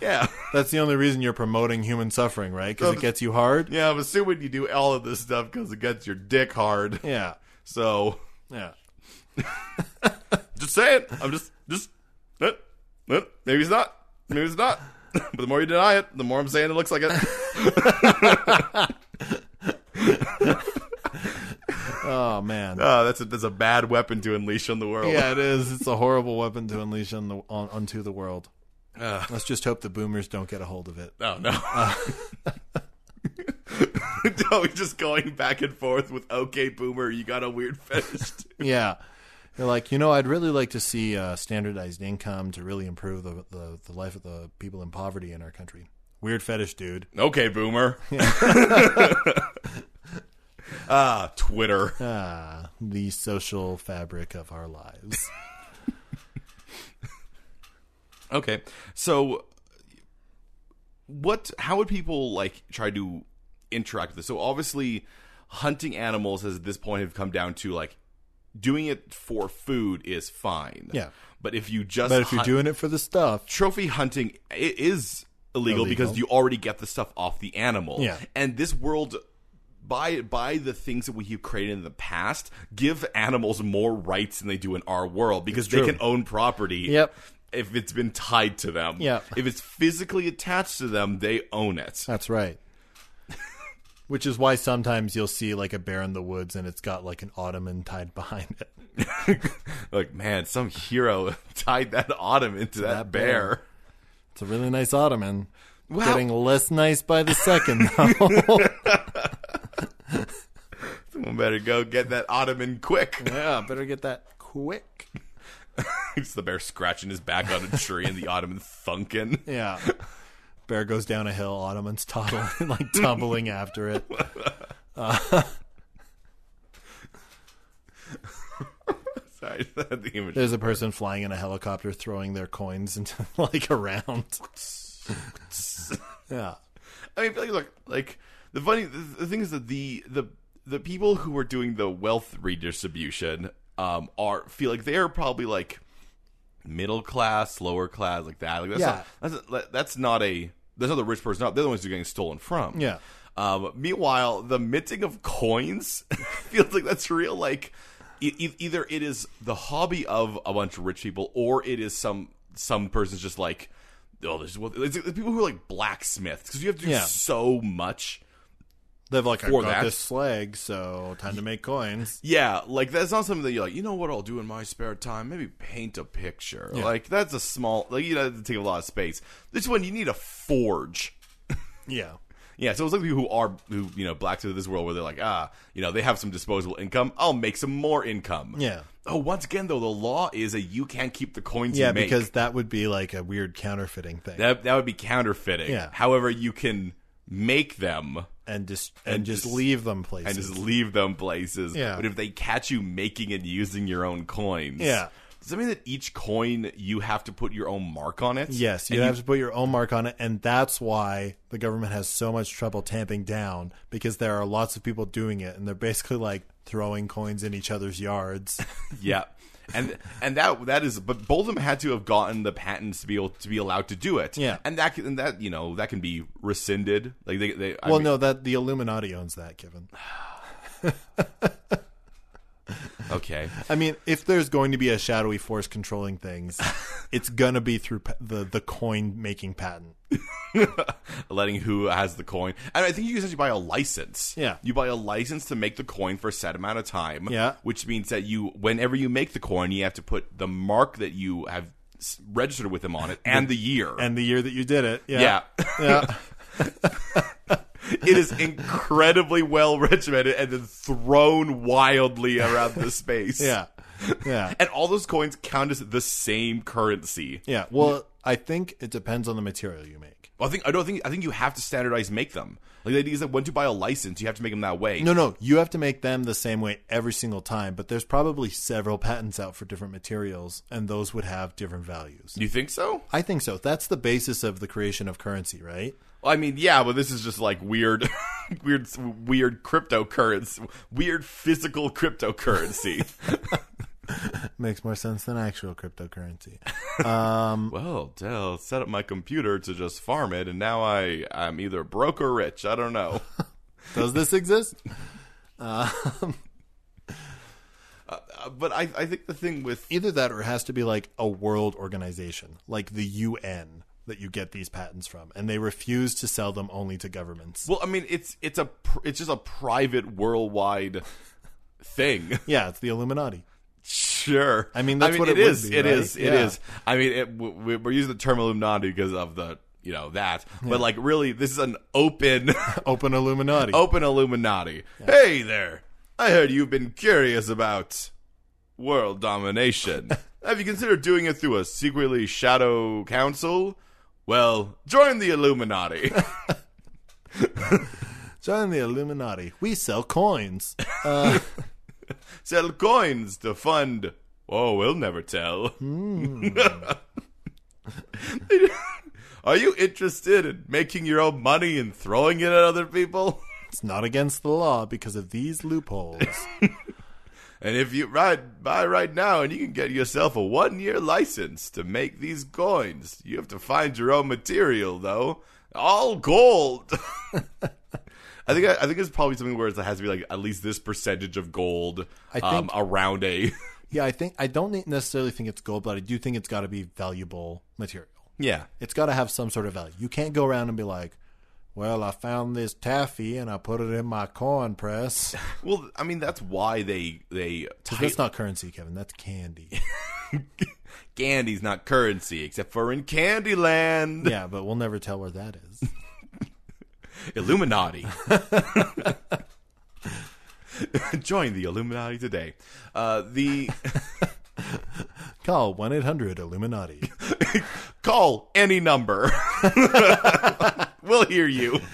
S2: yeah,
S1: That's the only reason you're promoting human suffering, right? Because it
S2: Um,
S1: gets you hard.
S2: yeah. I'm assuming you do all of this stuff because it gets your dick hard.
S1: Yeah.
S2: So
S1: Yeah.
S2: just saying, I'm just just eh, eh, maybe it's not, maybe it's not. <laughs> But the more you deny it, the more I'm saying it looks <laughs> like it.
S1: Oh man.
S2: Uh, that's a, that's a bad weapon to unleash on the world. <laughs>
S1: Yeah, it is. It's a horrible weapon to unleash on the on, onto the world.
S2: Oh,
S1: Let's just hope the boomers don't get a hold of it.
S2: No, no. <laughs> no, we're just going back and forth with okay, boomer, you got a weird fetish. too."
S1: Yeah. They're like, you know, I'd really like to see uh, standardized income to really improve the, the, the life of the people in poverty in our country. Weird fetish, dude.
S2: okay, <laughs> boomer. <laughs> Ah, Twitter.
S1: Ah, the social fabric of our <laughs> lives.
S2: Okay, so what? How would people like try to interact with this? So obviously, hunting animals has at this point have come down to like doing it for food is fine.
S1: Yeah.
S2: but if you just
S1: but if you're
S2: hunt-
S1: doing it for the stuff,
S2: trophy hunting i- is illegal,
S1: Illegal.
S2: because you already get the stuff off the animal.
S1: Yeah.
S2: And this world by by the things that we have created in the past give animals more rights than they do in our world because they
S1: true.
S2: can own property.
S1: Yep.
S2: If it's been tied to them.
S1: Yep.
S2: If it's physically attached to them, they own it.
S1: that's <laughs> right. Which is why sometimes you'll see like a bear in the woods and it's got like an ottoman tied behind it.
S2: like, man, some hero <laughs> tied that ottoman to that,
S1: That
S2: bear.
S1: bear. It's a really nice ottoman.
S2: Wow.
S1: Getting less nice by the second, though.
S2: Someone better go get that ottoman quick.
S1: <laughs>
S2: <laughs>
S1: yeah, better get that quick.
S2: it's the bear scratching his back on a tree and the ottoman thunking. <laughs>
S1: Yeah. <laughs> Bear goes down a hill, ottoman's toddling, <laughs> like tumbling after it.
S2: Sorry, <laughs> I had the image.
S1: There's a person flying in a helicopter throwing their coins into <laughs> like around. Yeah.
S2: I mean, like, look, like the funny the, the thing is that the the the people who are doing the wealth redistribution um are feel like they are probably like middle class, lower class, like that. Like that's
S1: Yeah.
S2: not, that's that's not a that's not the rich person. They're the ones who are getting stolen from.
S1: Yeah.
S2: Um, meanwhile, the minting of coins <laughs> feels like that's real. Like e- e- either it is the hobby of a bunch of rich people, or it is some some person's just like, oh, this is what it's like the people who are like blacksmiths because you have to do
S1: Yeah.
S2: so much.
S1: They've like, I
S2: For
S1: got
S2: that.
S1: this slag, so time to make coins.
S2: Yeah, like that's not something that you're like, you know what I'll do in my spare time? Maybe paint a picture. Like that's a small, like you know, it take a lot of space. This one you need a forge.
S1: Yeah.
S2: Yeah, so it's like people who are who you know blacks of this world where they're like, ah, you know, they have some disposable income. I'll make some more income.
S1: Yeah.
S2: Oh, once again though, the law is that you can't keep the coins.
S1: Yeah,
S2: you make.
S1: because that would be like a weird counterfeiting thing.
S2: that that would be counterfeiting.
S1: Yeah.
S2: However, you can make them
S1: and just and, just,
S2: just-
S1: leave them places.
S2: and just leave them places.
S1: Yeah.
S2: But if they catch you making and using your own coins,
S1: Yeah.
S2: Does that mean that each coin you have to put your own mark on it?
S1: Yes, you
S2: And
S1: have to put your own mark on it, and that's why the government has so much trouble tamping down because there are lots of people doing it, and they're basically like throwing coins in each other's
S2: <laughs>
S1: yards.
S2: Yeah. And and that that is, but both of them had to have gotten the patents to be able to be allowed to do it.
S1: Yeah.
S2: and that can- and that you know that can be rescinded. Like they, they I
S1: well,
S2: mean-
S1: no, that the Illuminati owns that, Kevin.
S2: okay,
S1: I mean, if there's going to be a shadowy force controlling
S2: <laughs>
S1: things, it's gonna be through pa- the the coin making patent.
S2: letting who has the coin, and I think you can actually buy a license.
S1: Yeah.
S2: you buy a license to make the coin for a set amount of time.
S1: Yeah.
S2: which means that you, whenever you make the coin, you have to put the mark that you have s- registered with them on it and the year.
S1: And the year that you did it, yeah,
S2: yeah.
S1: yeah.
S2: <laughs> it is incredibly well regimented and then thrown wildly around the space.
S1: yeah,
S2: <laughs>
S1: yeah.
S2: And all those coins count as the same currency.
S1: Yeah. Well, I think it depends on the material you make.
S2: Well, I think I don't think I think you have to standardize make them. Like the idea is that once you buy a license, you have to make them that way.
S1: No, no, you have to make them the same way every single time, but there's probably several patents out for different materials, and those would have different values.
S2: You think so?
S1: I think so. That's the basis of the creation of currency, right?
S2: I mean, yeah, but this is just like weird, <laughs> weird, weird cryptocurrency, weird physical cryptocurrency.
S1: Makes more sense than actual cryptocurrency.
S2: well, Dell set up my computer to just farm it, and now I I'm either broke or rich. I
S1: <laughs>
S2: don't know.
S1: <laughs> Does this exist?
S2: Uh, but I I think the thing with
S1: Either that or it has to be like a world organization, like the UN, that you get these patents from, and they refuse to sell them only to governments.
S2: well, I mean, it's it's a pr- it's just a private worldwide thing. <laughs>
S1: yeah, it's the Illuminati.
S2: Sure.
S1: I mean, that's what it
S2: it
S1: would
S2: is.
S1: be,
S2: It
S1: right?
S2: is. It
S1: Yeah.
S2: is. I mean, it, w- w- we're using the term Illuminati because of the you know that, but like really, this is an open, <laughs>
S1: Open Illuminati.
S2: open Illuminati. Hey there! I heard you've been curious about world domination. Have you considered doing it through a secretly shadow council? Well, join the Illuminati.
S1: Join the Illuminati. We sell coins.
S2: Sell coins to fund. Oh, we'll never tell. <laughs> Are you interested in making your own money and throwing it at other people?
S1: It's not against the law because of these loopholes.
S2: And if you right buy right now and you can get yourself a one year license to make these coins, you have to find your own material though. All gold. <laughs> I think I, think it's probably something where it has to be like at least this percentage of gold
S1: I
S2: um, around a <laughs>
S1: yeah, I think I don't ne- necessarily think it's gold, but I do think it's got to be valuable material.
S2: yeah.
S1: It's got to have some sort of value. You can't go around and be like, "Well, I found this taffy and I put it in my coin <laughs> press."
S2: Well, I mean that's why they they
S1: 'Cause that's not currency, Kevin. That's candy.
S2: candy's not currency except for in Candyland.
S1: <laughs> yeah, but we'll never tell where that is.
S2: <laughs> Illuminati. Join the Illuminati today. Uh, the
S1: <laughs> Call one eight hundred <laughs> Illuminati.
S2: call any number. <laughs> we'll hear you. <laughs>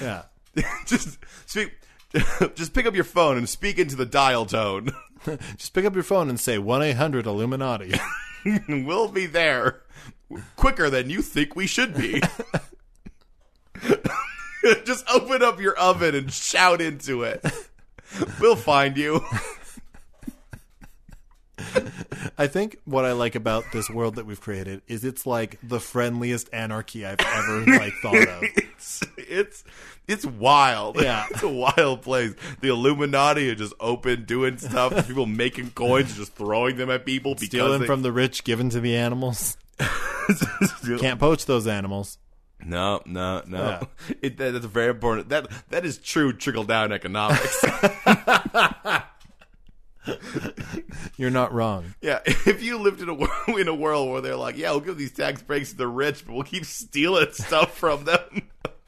S1: Yeah,
S2: just speak. Just pick up your phone and speak into the dial tone. <laughs>
S1: just pick up your phone and say one eight hundred Illuminati. <laughs>
S2: we'll be there quicker than you think we should be. <laughs> just open up your oven and shout into it. We'll find you. <laughs>
S1: I think what I like about this world that we've created is it's like the friendliest anarchy I've ever like thought <laughs> of.
S2: it's it's it's wild.
S1: Yeah.
S2: <laughs> it's a wild place. The Illuminati are just open doing stuff. There's people making coins, just throwing them at people because
S1: Stealing
S2: they-
S1: from the rich, given to the animals. Can't poach those animals.
S2: No, no, no. <laughs> It, that, that's very important. That that is true trickle down economics.
S1: You're not wrong.
S2: yeah, <laughs> if you lived in a world, <laughs> in a world where they're like, yeah, we'll give these tax breaks to the rich, but we'll keep stealing <laughs> stuff from them. <laughs>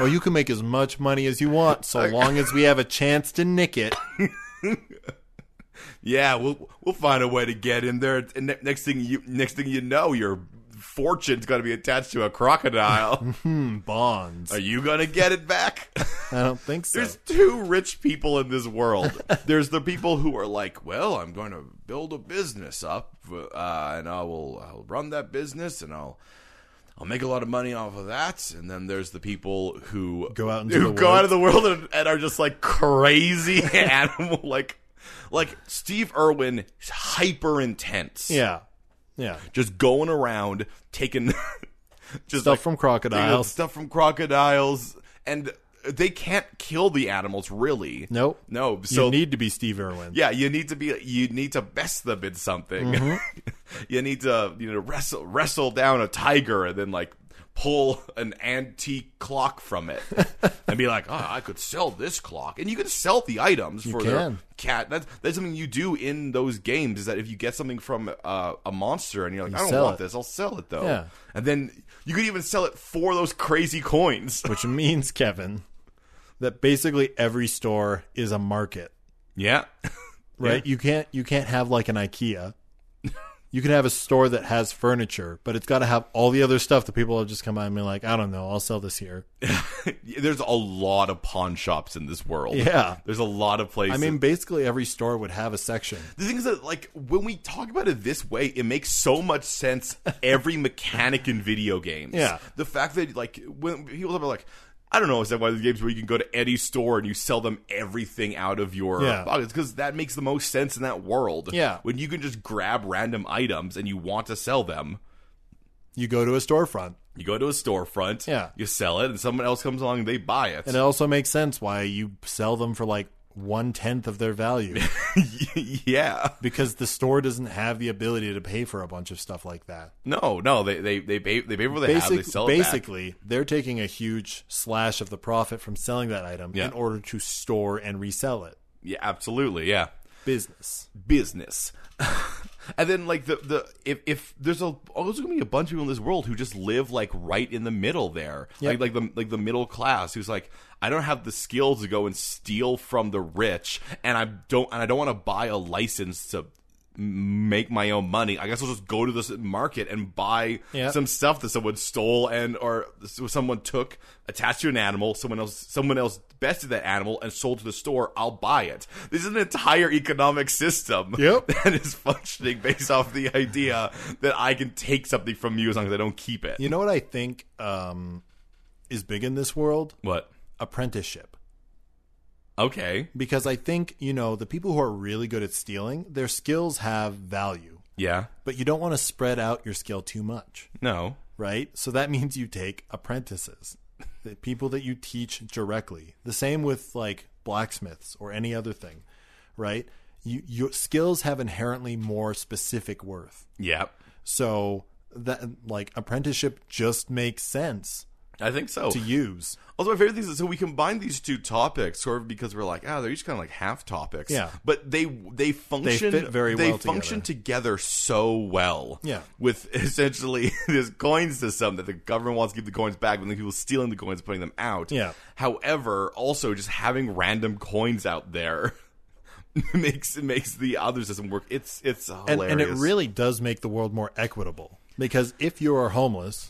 S1: Or you can make as much money as you want, so long as we have a chance to nick it.
S2: yeah, we'll we'll find a way to get in there. And ne- next thing you next thing you know, your fortune's going to be attached to a crocodile.
S1: Bonds.
S2: Are
S1: I
S2: you gonna get it back? <laughs>
S1: don't think so.
S2: There's two rich people in
S1: <laughs>
S2: this world. There's the people who are like, "Well, I'm going to build a business up, uh, and I will I'll run that business, and I'll I'll make a lot of money off of that." And then there's the people who
S1: Go out into
S2: who
S1: the
S2: go
S1: world.
S2: out of the world and, and are just
S1: <laughs>
S2: like crazy animal, like like Steve Irwin, hyper intense,
S1: Yeah. Yeah.
S2: just going around taking <laughs> just
S1: Stuff
S2: like,
S1: from
S2: you know,
S1: crocodiles.
S2: stuff from crocodiles, and they can't kill the animals really.
S1: Nope.
S2: no. So
S1: You need to be Steve Irwin.
S2: yeah, you need to be you need to best them in something.
S1: Mm-hmm.
S2: <laughs> you need to you know wrestle wrestle down a tiger and then like pull an antique clock
S1: <laughs>
S2: from it and be like, oh, I could sell this clock, and you can sell the items for their
S1: can.
S2: cat. That's that's something you do in those games. Is that if you get something from uh, a monster and you're like, I don't
S1: sell
S2: want
S1: it.
S2: this, I'll sell it though,
S1: Yeah.
S2: and then you could even sell it for those crazy coins.
S1: Which means, Kevin, that basically every store is a market.
S2: yeah.
S1: right? You can't you can't have like an IKEA. you can have a store that has furniture, but it's got to have all the other stuff that people have just come by and be like, I don't know, I'll sell this here.
S2: <laughs> There's a lot of pawn shops in this world.
S1: Yeah.
S2: There's a lot of
S1: I
S2: places.
S1: mean, basically every store would have a section.
S2: the thing is that, like, when we talk about it this way, it makes so much sense.
S1: <laughs>
S2: Every mechanic in video games.
S1: Yeah.
S2: The fact that, like, when people talk about, like, I don't know, is that one of the games where you can go to any store and you sell them everything out of your
S1: Yeah.
S2: pockets? Because that makes the most sense in that world.
S1: Yeah.
S2: When you can just grab random items and you want to sell them.
S1: You go to a storefront.
S2: You go to a storefront,
S1: Yeah.
S2: you sell it, and someone else comes along and they buy it.
S1: And uh, it also makes sense why you sell them for like one tenth of their
S2: <laughs>
S1: value
S2: <laughs> yeah.
S1: because the store doesn't have the ability to pay for a bunch of stuff like that.
S2: No, no, they they they pay, they pay for what they have. They
S1: Basic,
S2: sell it back.
S1: basically, they're taking a huge slash of the profit from selling that item
S2: Yeah.
S1: in order to store and resell it.
S2: Yeah, absolutely. Yeah,
S1: Business.
S2: business. <laughs> and then like the the if if there's a also gonna be a bunch of people in this world who just live like right in the middle there,
S1: Yep.
S2: like like the like the middle class who's like I don't have the skills to go and steal from the rich, and I don't and I don't want to buy a license to m- make my own money. I guess I'll just go to this market and buy
S1: Yep.
S2: some <laughs> stuff that someone stole and or someone took attached to an animal someone else someone else bested that animal and sold to the store i'll buy it this is an entire economic system <laughs>
S1: Yep.
S2: that is functioning based off the idea that i can take something from you as long as i don't keep it
S1: You know what I think um, is big in this world?
S2: what
S1: Apprenticeship.
S2: okay
S1: Because I think, you know, the people who are really good at stealing, their skills have value,
S2: yeah
S1: but you don't want to spread out your skill too much,
S2: no
S1: right? So that <laughs> means you take apprentices, the people that you teach directly. The same with like blacksmiths or any other thing, right? You, your skills have inherently more specific worth.
S2: yeah
S1: So that like apprenticeship just makes sense
S2: i think so
S1: to use.
S2: Also, my favorite thing is so we combine these two topics, sort of because we're like, ah, they're each kind of like half topics.
S1: Yeah.
S2: but they they function
S1: fit very
S2: they
S1: well
S2: function together. so well.
S1: Yeah.
S2: with <laughs> essentially this coin system that the government wants to keep the coins back, but then people stealing the coins, putting them out.
S1: Yeah.
S2: However, also just having random coins out there <laughs> makes makes the other system work. It's it's
S1: and,
S2: hilarious.
S1: and it really does make the world more equitable because if you are homeless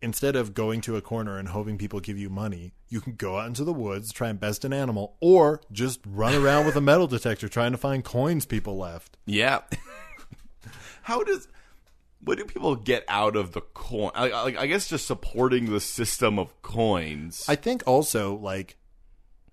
S1: instead of going to a corner and hoping people give you money you can go out into the woods try and best an animal or just run around with a metal detector trying to find coins people left
S2: Yeah. <laughs> How does what do people get out of the coin? I, I, I guess just supporting the system of coins.
S1: i think also like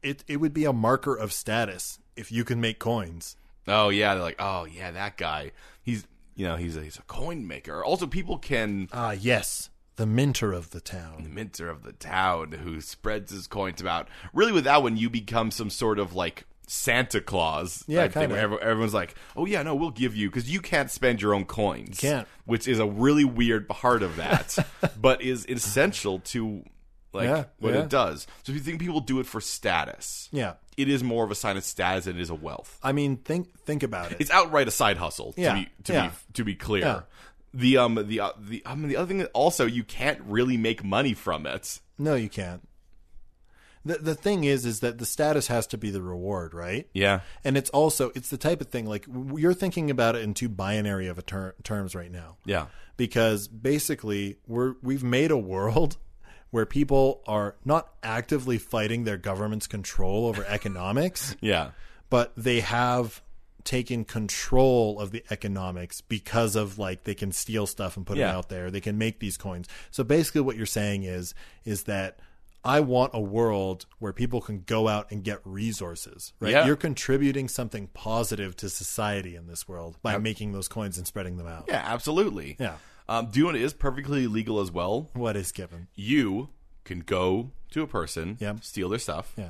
S1: it, it would be a marker of status if you can make coins
S2: oh yeah, they're like, oh yeah, that guy. He's you know he's a, he's a coin maker. Also, people can
S1: ah yes the minter of the town
S2: minter of the town who spreads his coins about. Really, with that one, you become some sort of like. Santa Claus,
S1: Yeah,
S2: type thing,
S1: kinda.
S2: where every- everyone's like, "Oh yeah, no, we'll give you because you can't spend your own coins."
S1: Can't.
S2: which is a really weird part
S1: <laughs>
S2: of that, but is essential to like
S1: Yeah,
S2: what
S1: yeah.
S2: it does. So if you think people do it for status,
S1: yeah
S2: it is more of a sign of status than it is a wealth.
S1: i mean think think about it
S2: It's outright a side hustle.
S1: Yeah,
S2: to be to
S1: yeah.
S2: be to be clear.
S1: Yeah.
S2: The um the uh, the um the other thing that also you can't really make money from it.
S1: no you can't the, the thing is is that the status has to be the reward right
S2: Yeah,
S1: and it's also it's the type of thing like w- you're thinking about it in two binary of a ter- terms right now
S2: yeah,
S1: because basically we're we've made a world <laughs> where people are not actively fighting their government's control over economics
S2: yeah,
S1: but they have taken control of the economics because of like they can steal stuff and put it
S2: Yeah.
S1: out there they can make these coins so basically what you're saying is is that i want a world where people can go out and get resources right
S2: Yeah.
S1: you're contributing something positive to society in this world by making those coins and spreading them out
S2: yeah. Absolutely.
S1: Yeah.
S2: Um, do you know what is perfectly legal as well?
S1: what is given
S2: You can go to a person,
S1: Yep.
S2: steal their stuff,
S1: yeah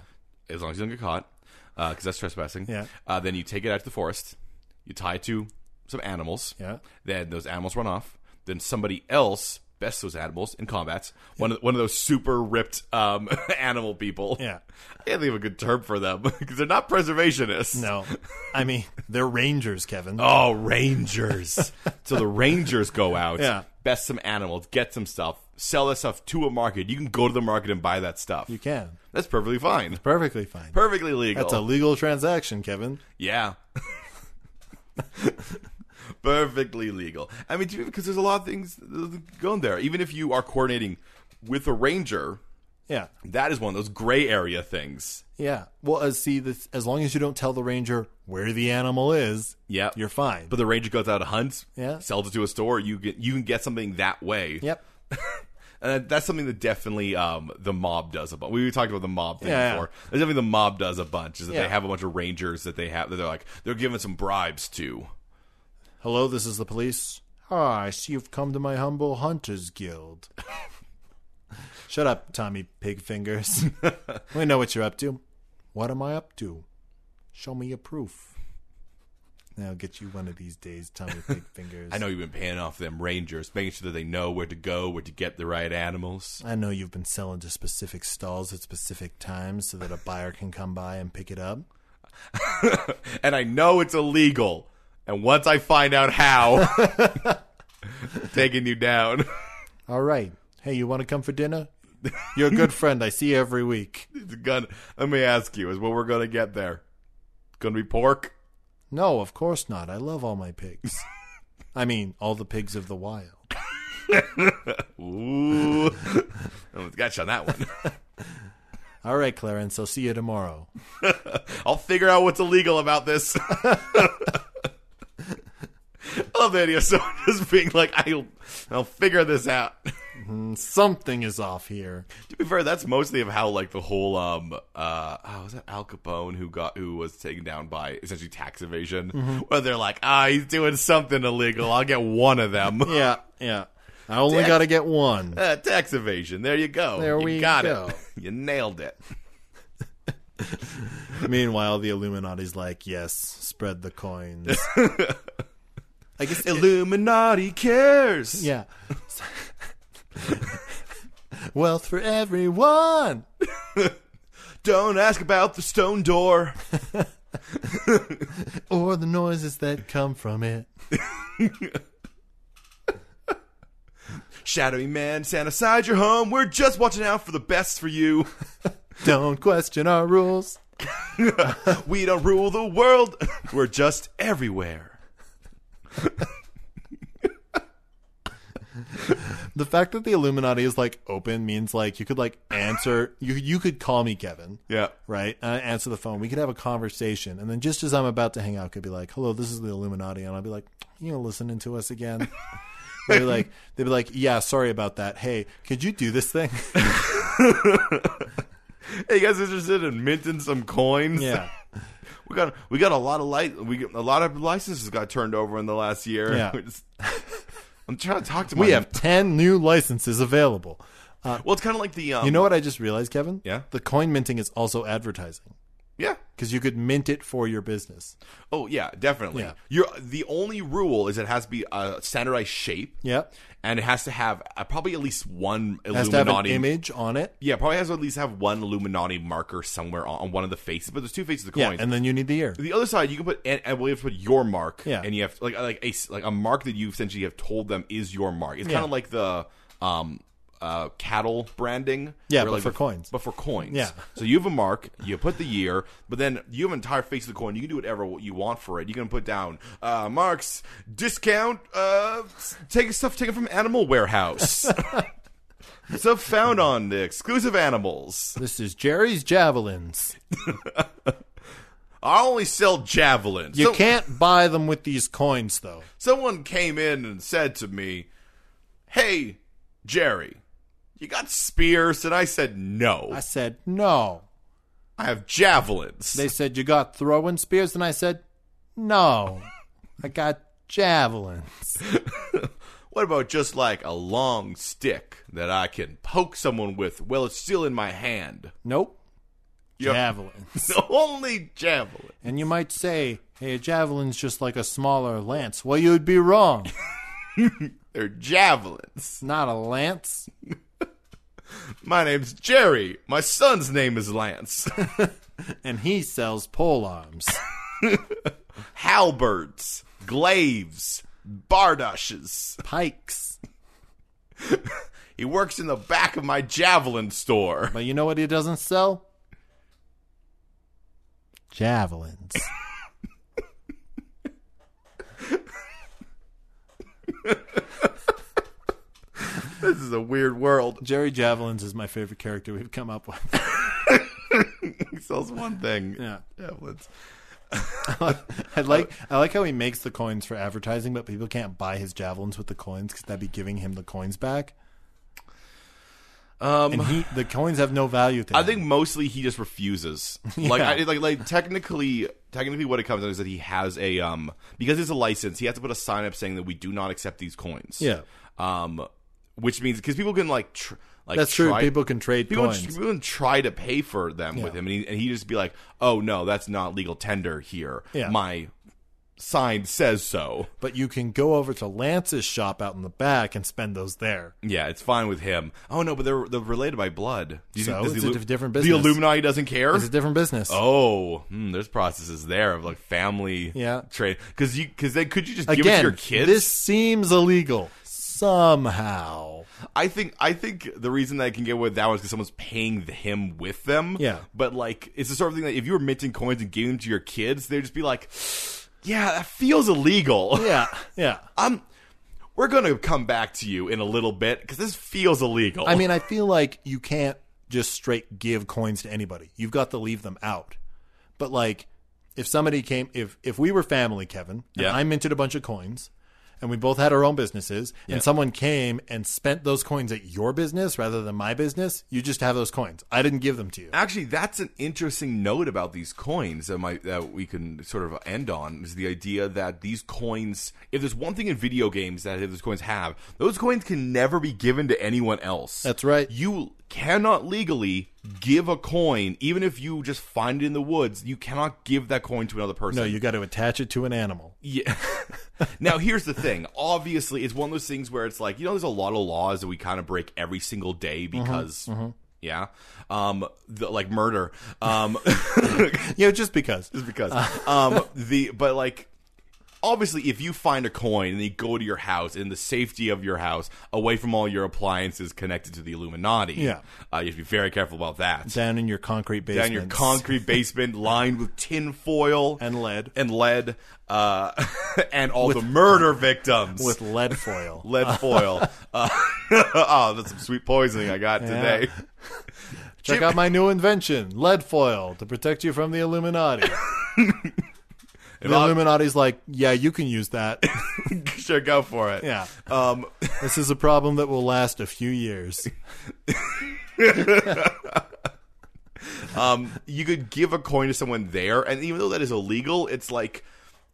S2: as long as you don't get caught, because that's trespassing.
S1: Yeah.
S2: Uh, then you take it out to the forest. You tie it to some animals.
S1: Yeah.
S2: Then those animals run off. Then somebody else bests those animals in combats. One of one of those super ripped um, <laughs> animal people. <laughs>
S1: Yeah.
S2: I can't think of a good term for them <laughs> because they're not preservationists. <laughs>
S1: no i mean they're rangers kevin
S2: Oh, rangers. <laughs> so the rangers go out,
S1: Yeah.
S2: best some animals, get some stuff, sell that stuff to a market. You can go to the market and buy that stuff.
S1: you can
S2: That's perfectly fine.
S1: perfectly fine
S2: Perfectly legal.
S1: that's a legal transaction kevin
S2: Yeah. <laughs> perfectly legal. I mean, because there's a lot of things going there. Even if you are coordinating with a ranger,
S1: Yeah.
S2: that is one of those gray area things.
S1: Yeah. Well, as see, this, as long as you don't tell the ranger where the animal is,
S2: Yeah,
S1: you're fine.
S2: But the ranger goes out to hunt,
S1: Yeah.
S2: sells it to a store. You get you can get something that way.
S1: yep.
S2: And that's something that definitely um, the mob does a bunch. We talked about the mob thing
S1: Yeah, yeah.
S2: before. There's something the mob does a bunch is that
S1: Yeah.
S2: they have a bunch of rangers that they have that they're like they're giving some bribes to.
S1: Hello, this is the police. Ah, I see you've come to my humble hunters <laughs> guild. Shut up, Tommy Pig Fingers. <laughs> we know what you're up to. What am I up to? Show me your proof. Now get you one of these days, <laughs> Tommy Pig Fingers.
S2: I know you've been paying off them rangers, making sure that they know where to go, where to get the right animals.
S1: I know you've been selling to specific stalls at specific times so that a buyer can come by and pick it up.
S2: And I know it's illegal. And once I find out how, <laughs> taking you down. <laughs>
S1: All right. Hey, you want to come for dinner? <laughs> You're a good friend. I see you every week.
S2: It's gonna, let me ask you, is what we're going to get there going to be pork?
S1: No, of course not. I love all my pigs. <laughs> I mean, all the pigs of the wild.
S2: Ooh. <laughs> Almost got you on that one.
S1: All right, Clarence. I'll see you tomorrow.
S2: I'll figure out what's illegal about this. <laughs> I love the idea of someone just being like, I'll, I'll figure this out. <laughs>
S1: Something is off here.
S2: to be fair, that's mostly of how like the whole um uh oh, was that Al Capone who got who was taken down by essentially tax evasion,
S1: Mm-hmm.
S2: where they're like, ah, he's doing something illegal. I'll get one of them. <laughs>
S1: Yeah, yeah. I only
S2: Dick.
S1: got to get one.
S2: Ah, tax evasion. There you go.
S1: There
S2: you
S1: we
S2: got
S1: go.
S2: it. <laughs> you nailed it.
S1: <laughs> Meanwhile, the Illuminati's like, yes, spread the coins. I guess
S2: Illuminati cares.
S1: <laughs> Yeah. <laughs> Wealth for everyone.
S2: Don't ask about the stone door.
S1: Or the noises that come from it.
S2: Shadowy man, stand aside your home. We're just watching out for the best for you.
S1: Don't question our rules.
S2: We don't rule the world. <laughs> We're just everywhere.
S1: The fact that the Illuminati is like open means like you could like answer you you could call me Kevin.
S2: Yeah.
S1: Right? And I answer the phone. We could have a conversation. And then just as I'm about to hang out, could be like, Hello, this is the Illuminati and I'll be like, You know listening to us again?
S2: <laughs>
S1: They'd be like they'd be like, Yeah, sorry about that. Hey, could you do this
S2: <laughs>
S1: thing?
S2: Hey, you guys interested in minting some coins?
S1: Yeah.
S2: We got we got a lot of light. We got, a lot of licenses got turned over in the last year. <laughs>
S1: Yeah.
S2: We're just- I'm trying to talk to
S1: <laughs>
S2: my.
S1: we have ten new licenses available.
S2: Well, it's kind of like the. Um,
S1: You know what I just realized, Kevin?
S2: Yeah?
S1: The coin minting is also advertising
S2: Yeah.
S1: because you could mint it for your business.
S2: Oh yeah, definitely.
S1: Yeah.
S2: You're the only rule is it has to be a standardized shape.
S1: Yep.
S2: And it has to have uh, probably at least one
S1: Has
S2: Illuminati
S1: to have an image on it.
S2: Yeah, probably has to at least have one Illuminati marker somewhere on, on one of the faces, but there's two faces of the
S1: Yeah,
S2: coin.
S1: and then you need the ear.
S2: the other side, you can put, and I believe, put your mark.
S1: Yeah.
S2: and you have like like a like a mark that you essentially have told them is your mark. It's kind
S1: Yeah.
S2: of like the um uh cattle branding.
S1: Yeah,
S2: where,
S1: but
S2: like,
S1: for
S2: the-
S1: coins.
S2: But for coins.
S1: Yeah.
S2: So you have a mark. You put the year, but then you have an entire face of the coin. You can do whatever you want for it. You can put down uh marks, discount, uh s- take stuff taken from
S1: <laughs>
S2: Animal Warehouse. Stuff found on the exclusive animals.
S1: This is Jerry's Javelins.
S2: I only sell javelins.
S1: You
S2: So-
S1: can't buy them with these coins, though.
S2: someone came in and said to me, Hey, Jerry, you got spears? And I said, No.
S1: I said, no.
S2: I have javelins.
S1: They said, you got throwing spears? And I said, no. I got javelins.
S2: what about just like a long stick that I can poke someone with while it's still in my hand? <laughs>
S1: Nope.
S2: Yeah.
S1: Javelins.
S2: Only javelin.
S1: And you might say, hey, a javelin's just like a smaller lance. Well, you'd be wrong.
S2: They're javelins.
S1: It's not a lance.
S2: My name's Jerry. My son's name is Lance. <laughs>
S1: and he sells pole arms.
S2: Halberds, glaives, bardushes.
S1: Pikes.
S2: He works in the back of my javelin store. <laughs>
S1: But you know what he doesn't sell? Javelins.
S2: This is a weird world.
S1: Jerry Javelins is my favorite character we've come up with.
S2: He sells one thing.
S1: Yeah.
S2: Javelins.
S1: <laughs> I like I like how he makes the coins for advertising, but people can't buy his javelins with the coins because that'd be giving him the coins
S2: <laughs>
S1: back.
S2: Um,
S1: And he the coins have no value. To
S2: I
S1: him.
S2: think mostly he
S1: <laughs>
S2: just refuses. Like, I, like, like technically, technically, what it comes down to is that he has a um because it's a license, he has to put a sign up saying that we do not accept these coins.
S1: Yeah.
S2: Um, which means because people can like tr- like
S1: that's true.
S2: try-
S1: People can trade
S2: People
S1: coins.
S2: would, people would try to pay for them with him, and, he, and he'd just be like, "Oh no, that's not legal tender here.
S1: Yeah.
S2: My sign says so."
S1: but you can go over to Lance's shop out in the back and spend those there.
S2: Yeah, it's fine with him. Oh no, but they're they're related by blood. Do you
S1: So,
S2: does
S1: it's
S2: the
S1: a
S2: Illu-
S1: diff- different
S2: The
S1: business.
S2: Illuminati doesn't care.
S1: It's a different business.
S2: Oh, hmm, there's processes there of like family,
S1: Yeah.
S2: trade because you because then could you just give it to
S1: Again,
S2: your kids?
S1: this seems illegal somehow.
S2: I think I think the reason that I can get away with that one is because someone's paying the- him with them.
S1: Yeah.
S2: but like it's the sort of thing that if you were minting coins and giving them to your kids, they'd just be like, "Yeah, that feels illegal." <laughs>
S1: Yeah, yeah.
S2: I'm. We're gonna come back to you in a little bit because this feels illegal.
S1: I mean, I feel like you can't just straight give coins to anybody. You've got to leave them out. But like, if somebody came, if if we were family, Kevin, and
S2: Yeah.
S1: I minted a bunch of coins, and we both had our own businesses, and someone came and spent those coins at your business rather than my business, you just have those coins. I didn't give them to you.
S2: Actually, that's an interesting note about these coins that might that we can sort of end on is the idea that these coins, if there's one thing in video games that those coins have, those coins can never be given to anyone else.
S1: That's right.
S2: You cannot legally give a coin, even if you just find it in the woods. You cannot give that coin to another person.
S1: No, you got to attach it to an animal.
S2: Yeah. <laughs> now here's the thing. Obviously, it's one of those things where it's like you know, there's a lot of laws that we kind of break every single day because. Yeah, um, the, like murder. Um, <laughs>
S1: Yeah, just because.
S2: just because. um, the but like obviously, if you find a coin and you go to your house in the safety of your house, away from all your appliances connected to the Illuminati,
S1: Yeah.
S2: uh, you have to be very careful about that.
S1: Down in your concrete basement.
S2: Down your
S1: <laughs>
S2: concrete basement lined with tin foil
S1: And lead.
S2: and lead, uh, <laughs> and all the murder victims
S1: with lead foil.
S2: <laughs>
S1: <laughs>
S2: lead foil. uh, <laughs> oh, that's some sweet poisoning I got today. <laughs>
S1: Check out my new invention, lead foil, to protect you from the
S2: <laughs>
S1: Illuminati. the
S2: I'll-
S1: Illuminati's like, yeah, you can use that. <laughs>
S2: sure, go for it.
S1: Yeah.
S2: Um,
S1: This is a problem that will last a few years.
S2: um, you could give a coin to someone there, and even though that is illegal, it's like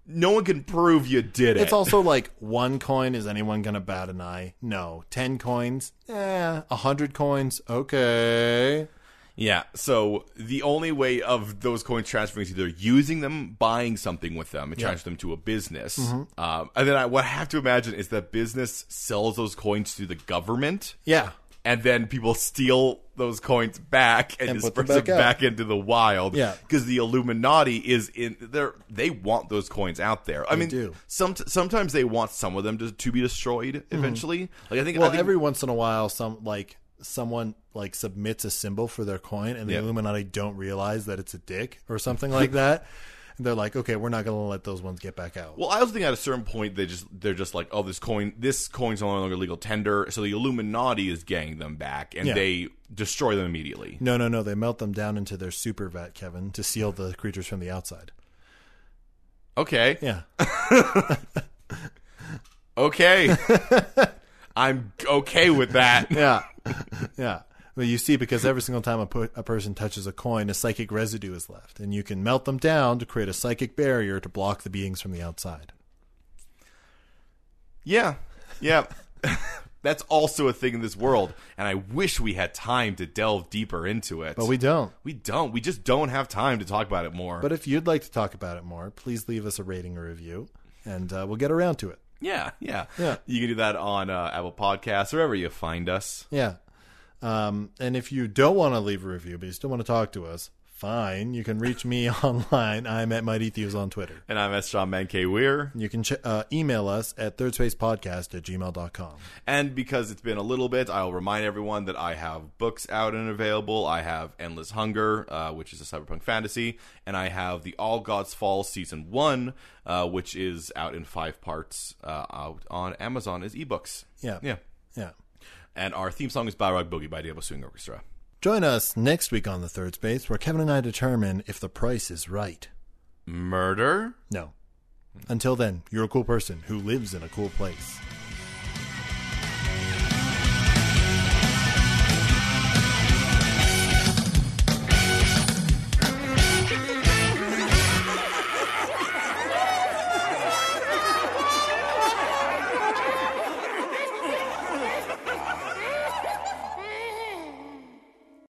S2: no one can prove you did it.
S1: It's also like one coin, is anyone going to bat an eye? No. Ten coins? Eh. A hundred coins? Okay.
S2: yeah. So the only way of those coins transferring is either using them, buying something with them, and transfer them to a business.
S1: Mm-hmm.
S2: Um, and then I, what I have to imagine is that business sells those coins to the government.
S1: Yeah.
S2: and then people steal those coins back and,
S1: And put
S2: disperse
S1: them
S2: them
S1: back out.
S2: back into the wild.
S1: Yeah.
S2: because the Illuminati is in there. They want those coins out there. I mean,
S1: do.
S2: Some, sometimes they want some of them to, to be destroyed eventually. Like I think,
S1: Mm-hmm.
S2: I
S1: Well,
S2: think
S1: every once in a while, some like someone like submits a symbol for their coin, and the
S2: Yeah.
S1: Illuminati don't realize that it's a dick or something like
S2: <laughs>
S1: that. And they're like, okay, we're not going to let those ones get back out.
S2: Well, I also think at a certain point they just they're just like, oh, this coin, this coin's no longer legal tender, so the Illuminati is getting them back, and
S1: Yeah.
S2: they destroy them immediately.
S1: No, no, no. They melt them down into their super vat, Kevin, to seal the creatures from the outside.
S2: Okay,
S1: Yeah. <laughs>
S2: okay, I'm okay with
S1: <laughs>
S2: that.
S1: Yeah. yeah. Well, you see, because every single time a, pu- a person touches a coin, a psychic residue is left, and you can melt them down to create a psychic barrier to block the beings from the outside.
S2: Yeah. Yeah. <laughs> That's also a thing in this world, and I wish we had time to delve deeper into it.
S1: But we don't.
S2: we don't. We just don't have time to talk about it more.
S1: But if you'd like to talk about it more, please leave us a rating or review, and uh, we'll get around to it.
S2: yeah, yeah,
S1: Yeah.
S2: You can do that on uh, Apple Podcasts, wherever you find us.
S1: Yeah. Um, and if you don't want to leave a review, but you still want to talk to us, fine. You can reach me <laughs> online. I'm at Mighty Thieves on Twitter.
S2: And I'm S. John Mankey Weir.
S1: You can ch- uh, email us at thirdspacepodcast at gmail.com.
S2: And because it's been a little bit, I'll remind everyone that I have books out and available. I have Endless Hunger, uh, which is a cyberpunk fantasy, and I have The All Gods Fall Season 1, uh, which is out in five parts uh, out on Amazon as ebooks.
S1: Yeah.
S2: Yeah.
S1: Yeah.
S2: And our theme song is Balrog Boogie by Diablo Swing Orchestra.
S1: Join us next week on The Third Space, where Kevin and I determine if the price is right.
S2: Murder?
S1: No. Until then, you're a cool person who lives in a cool place.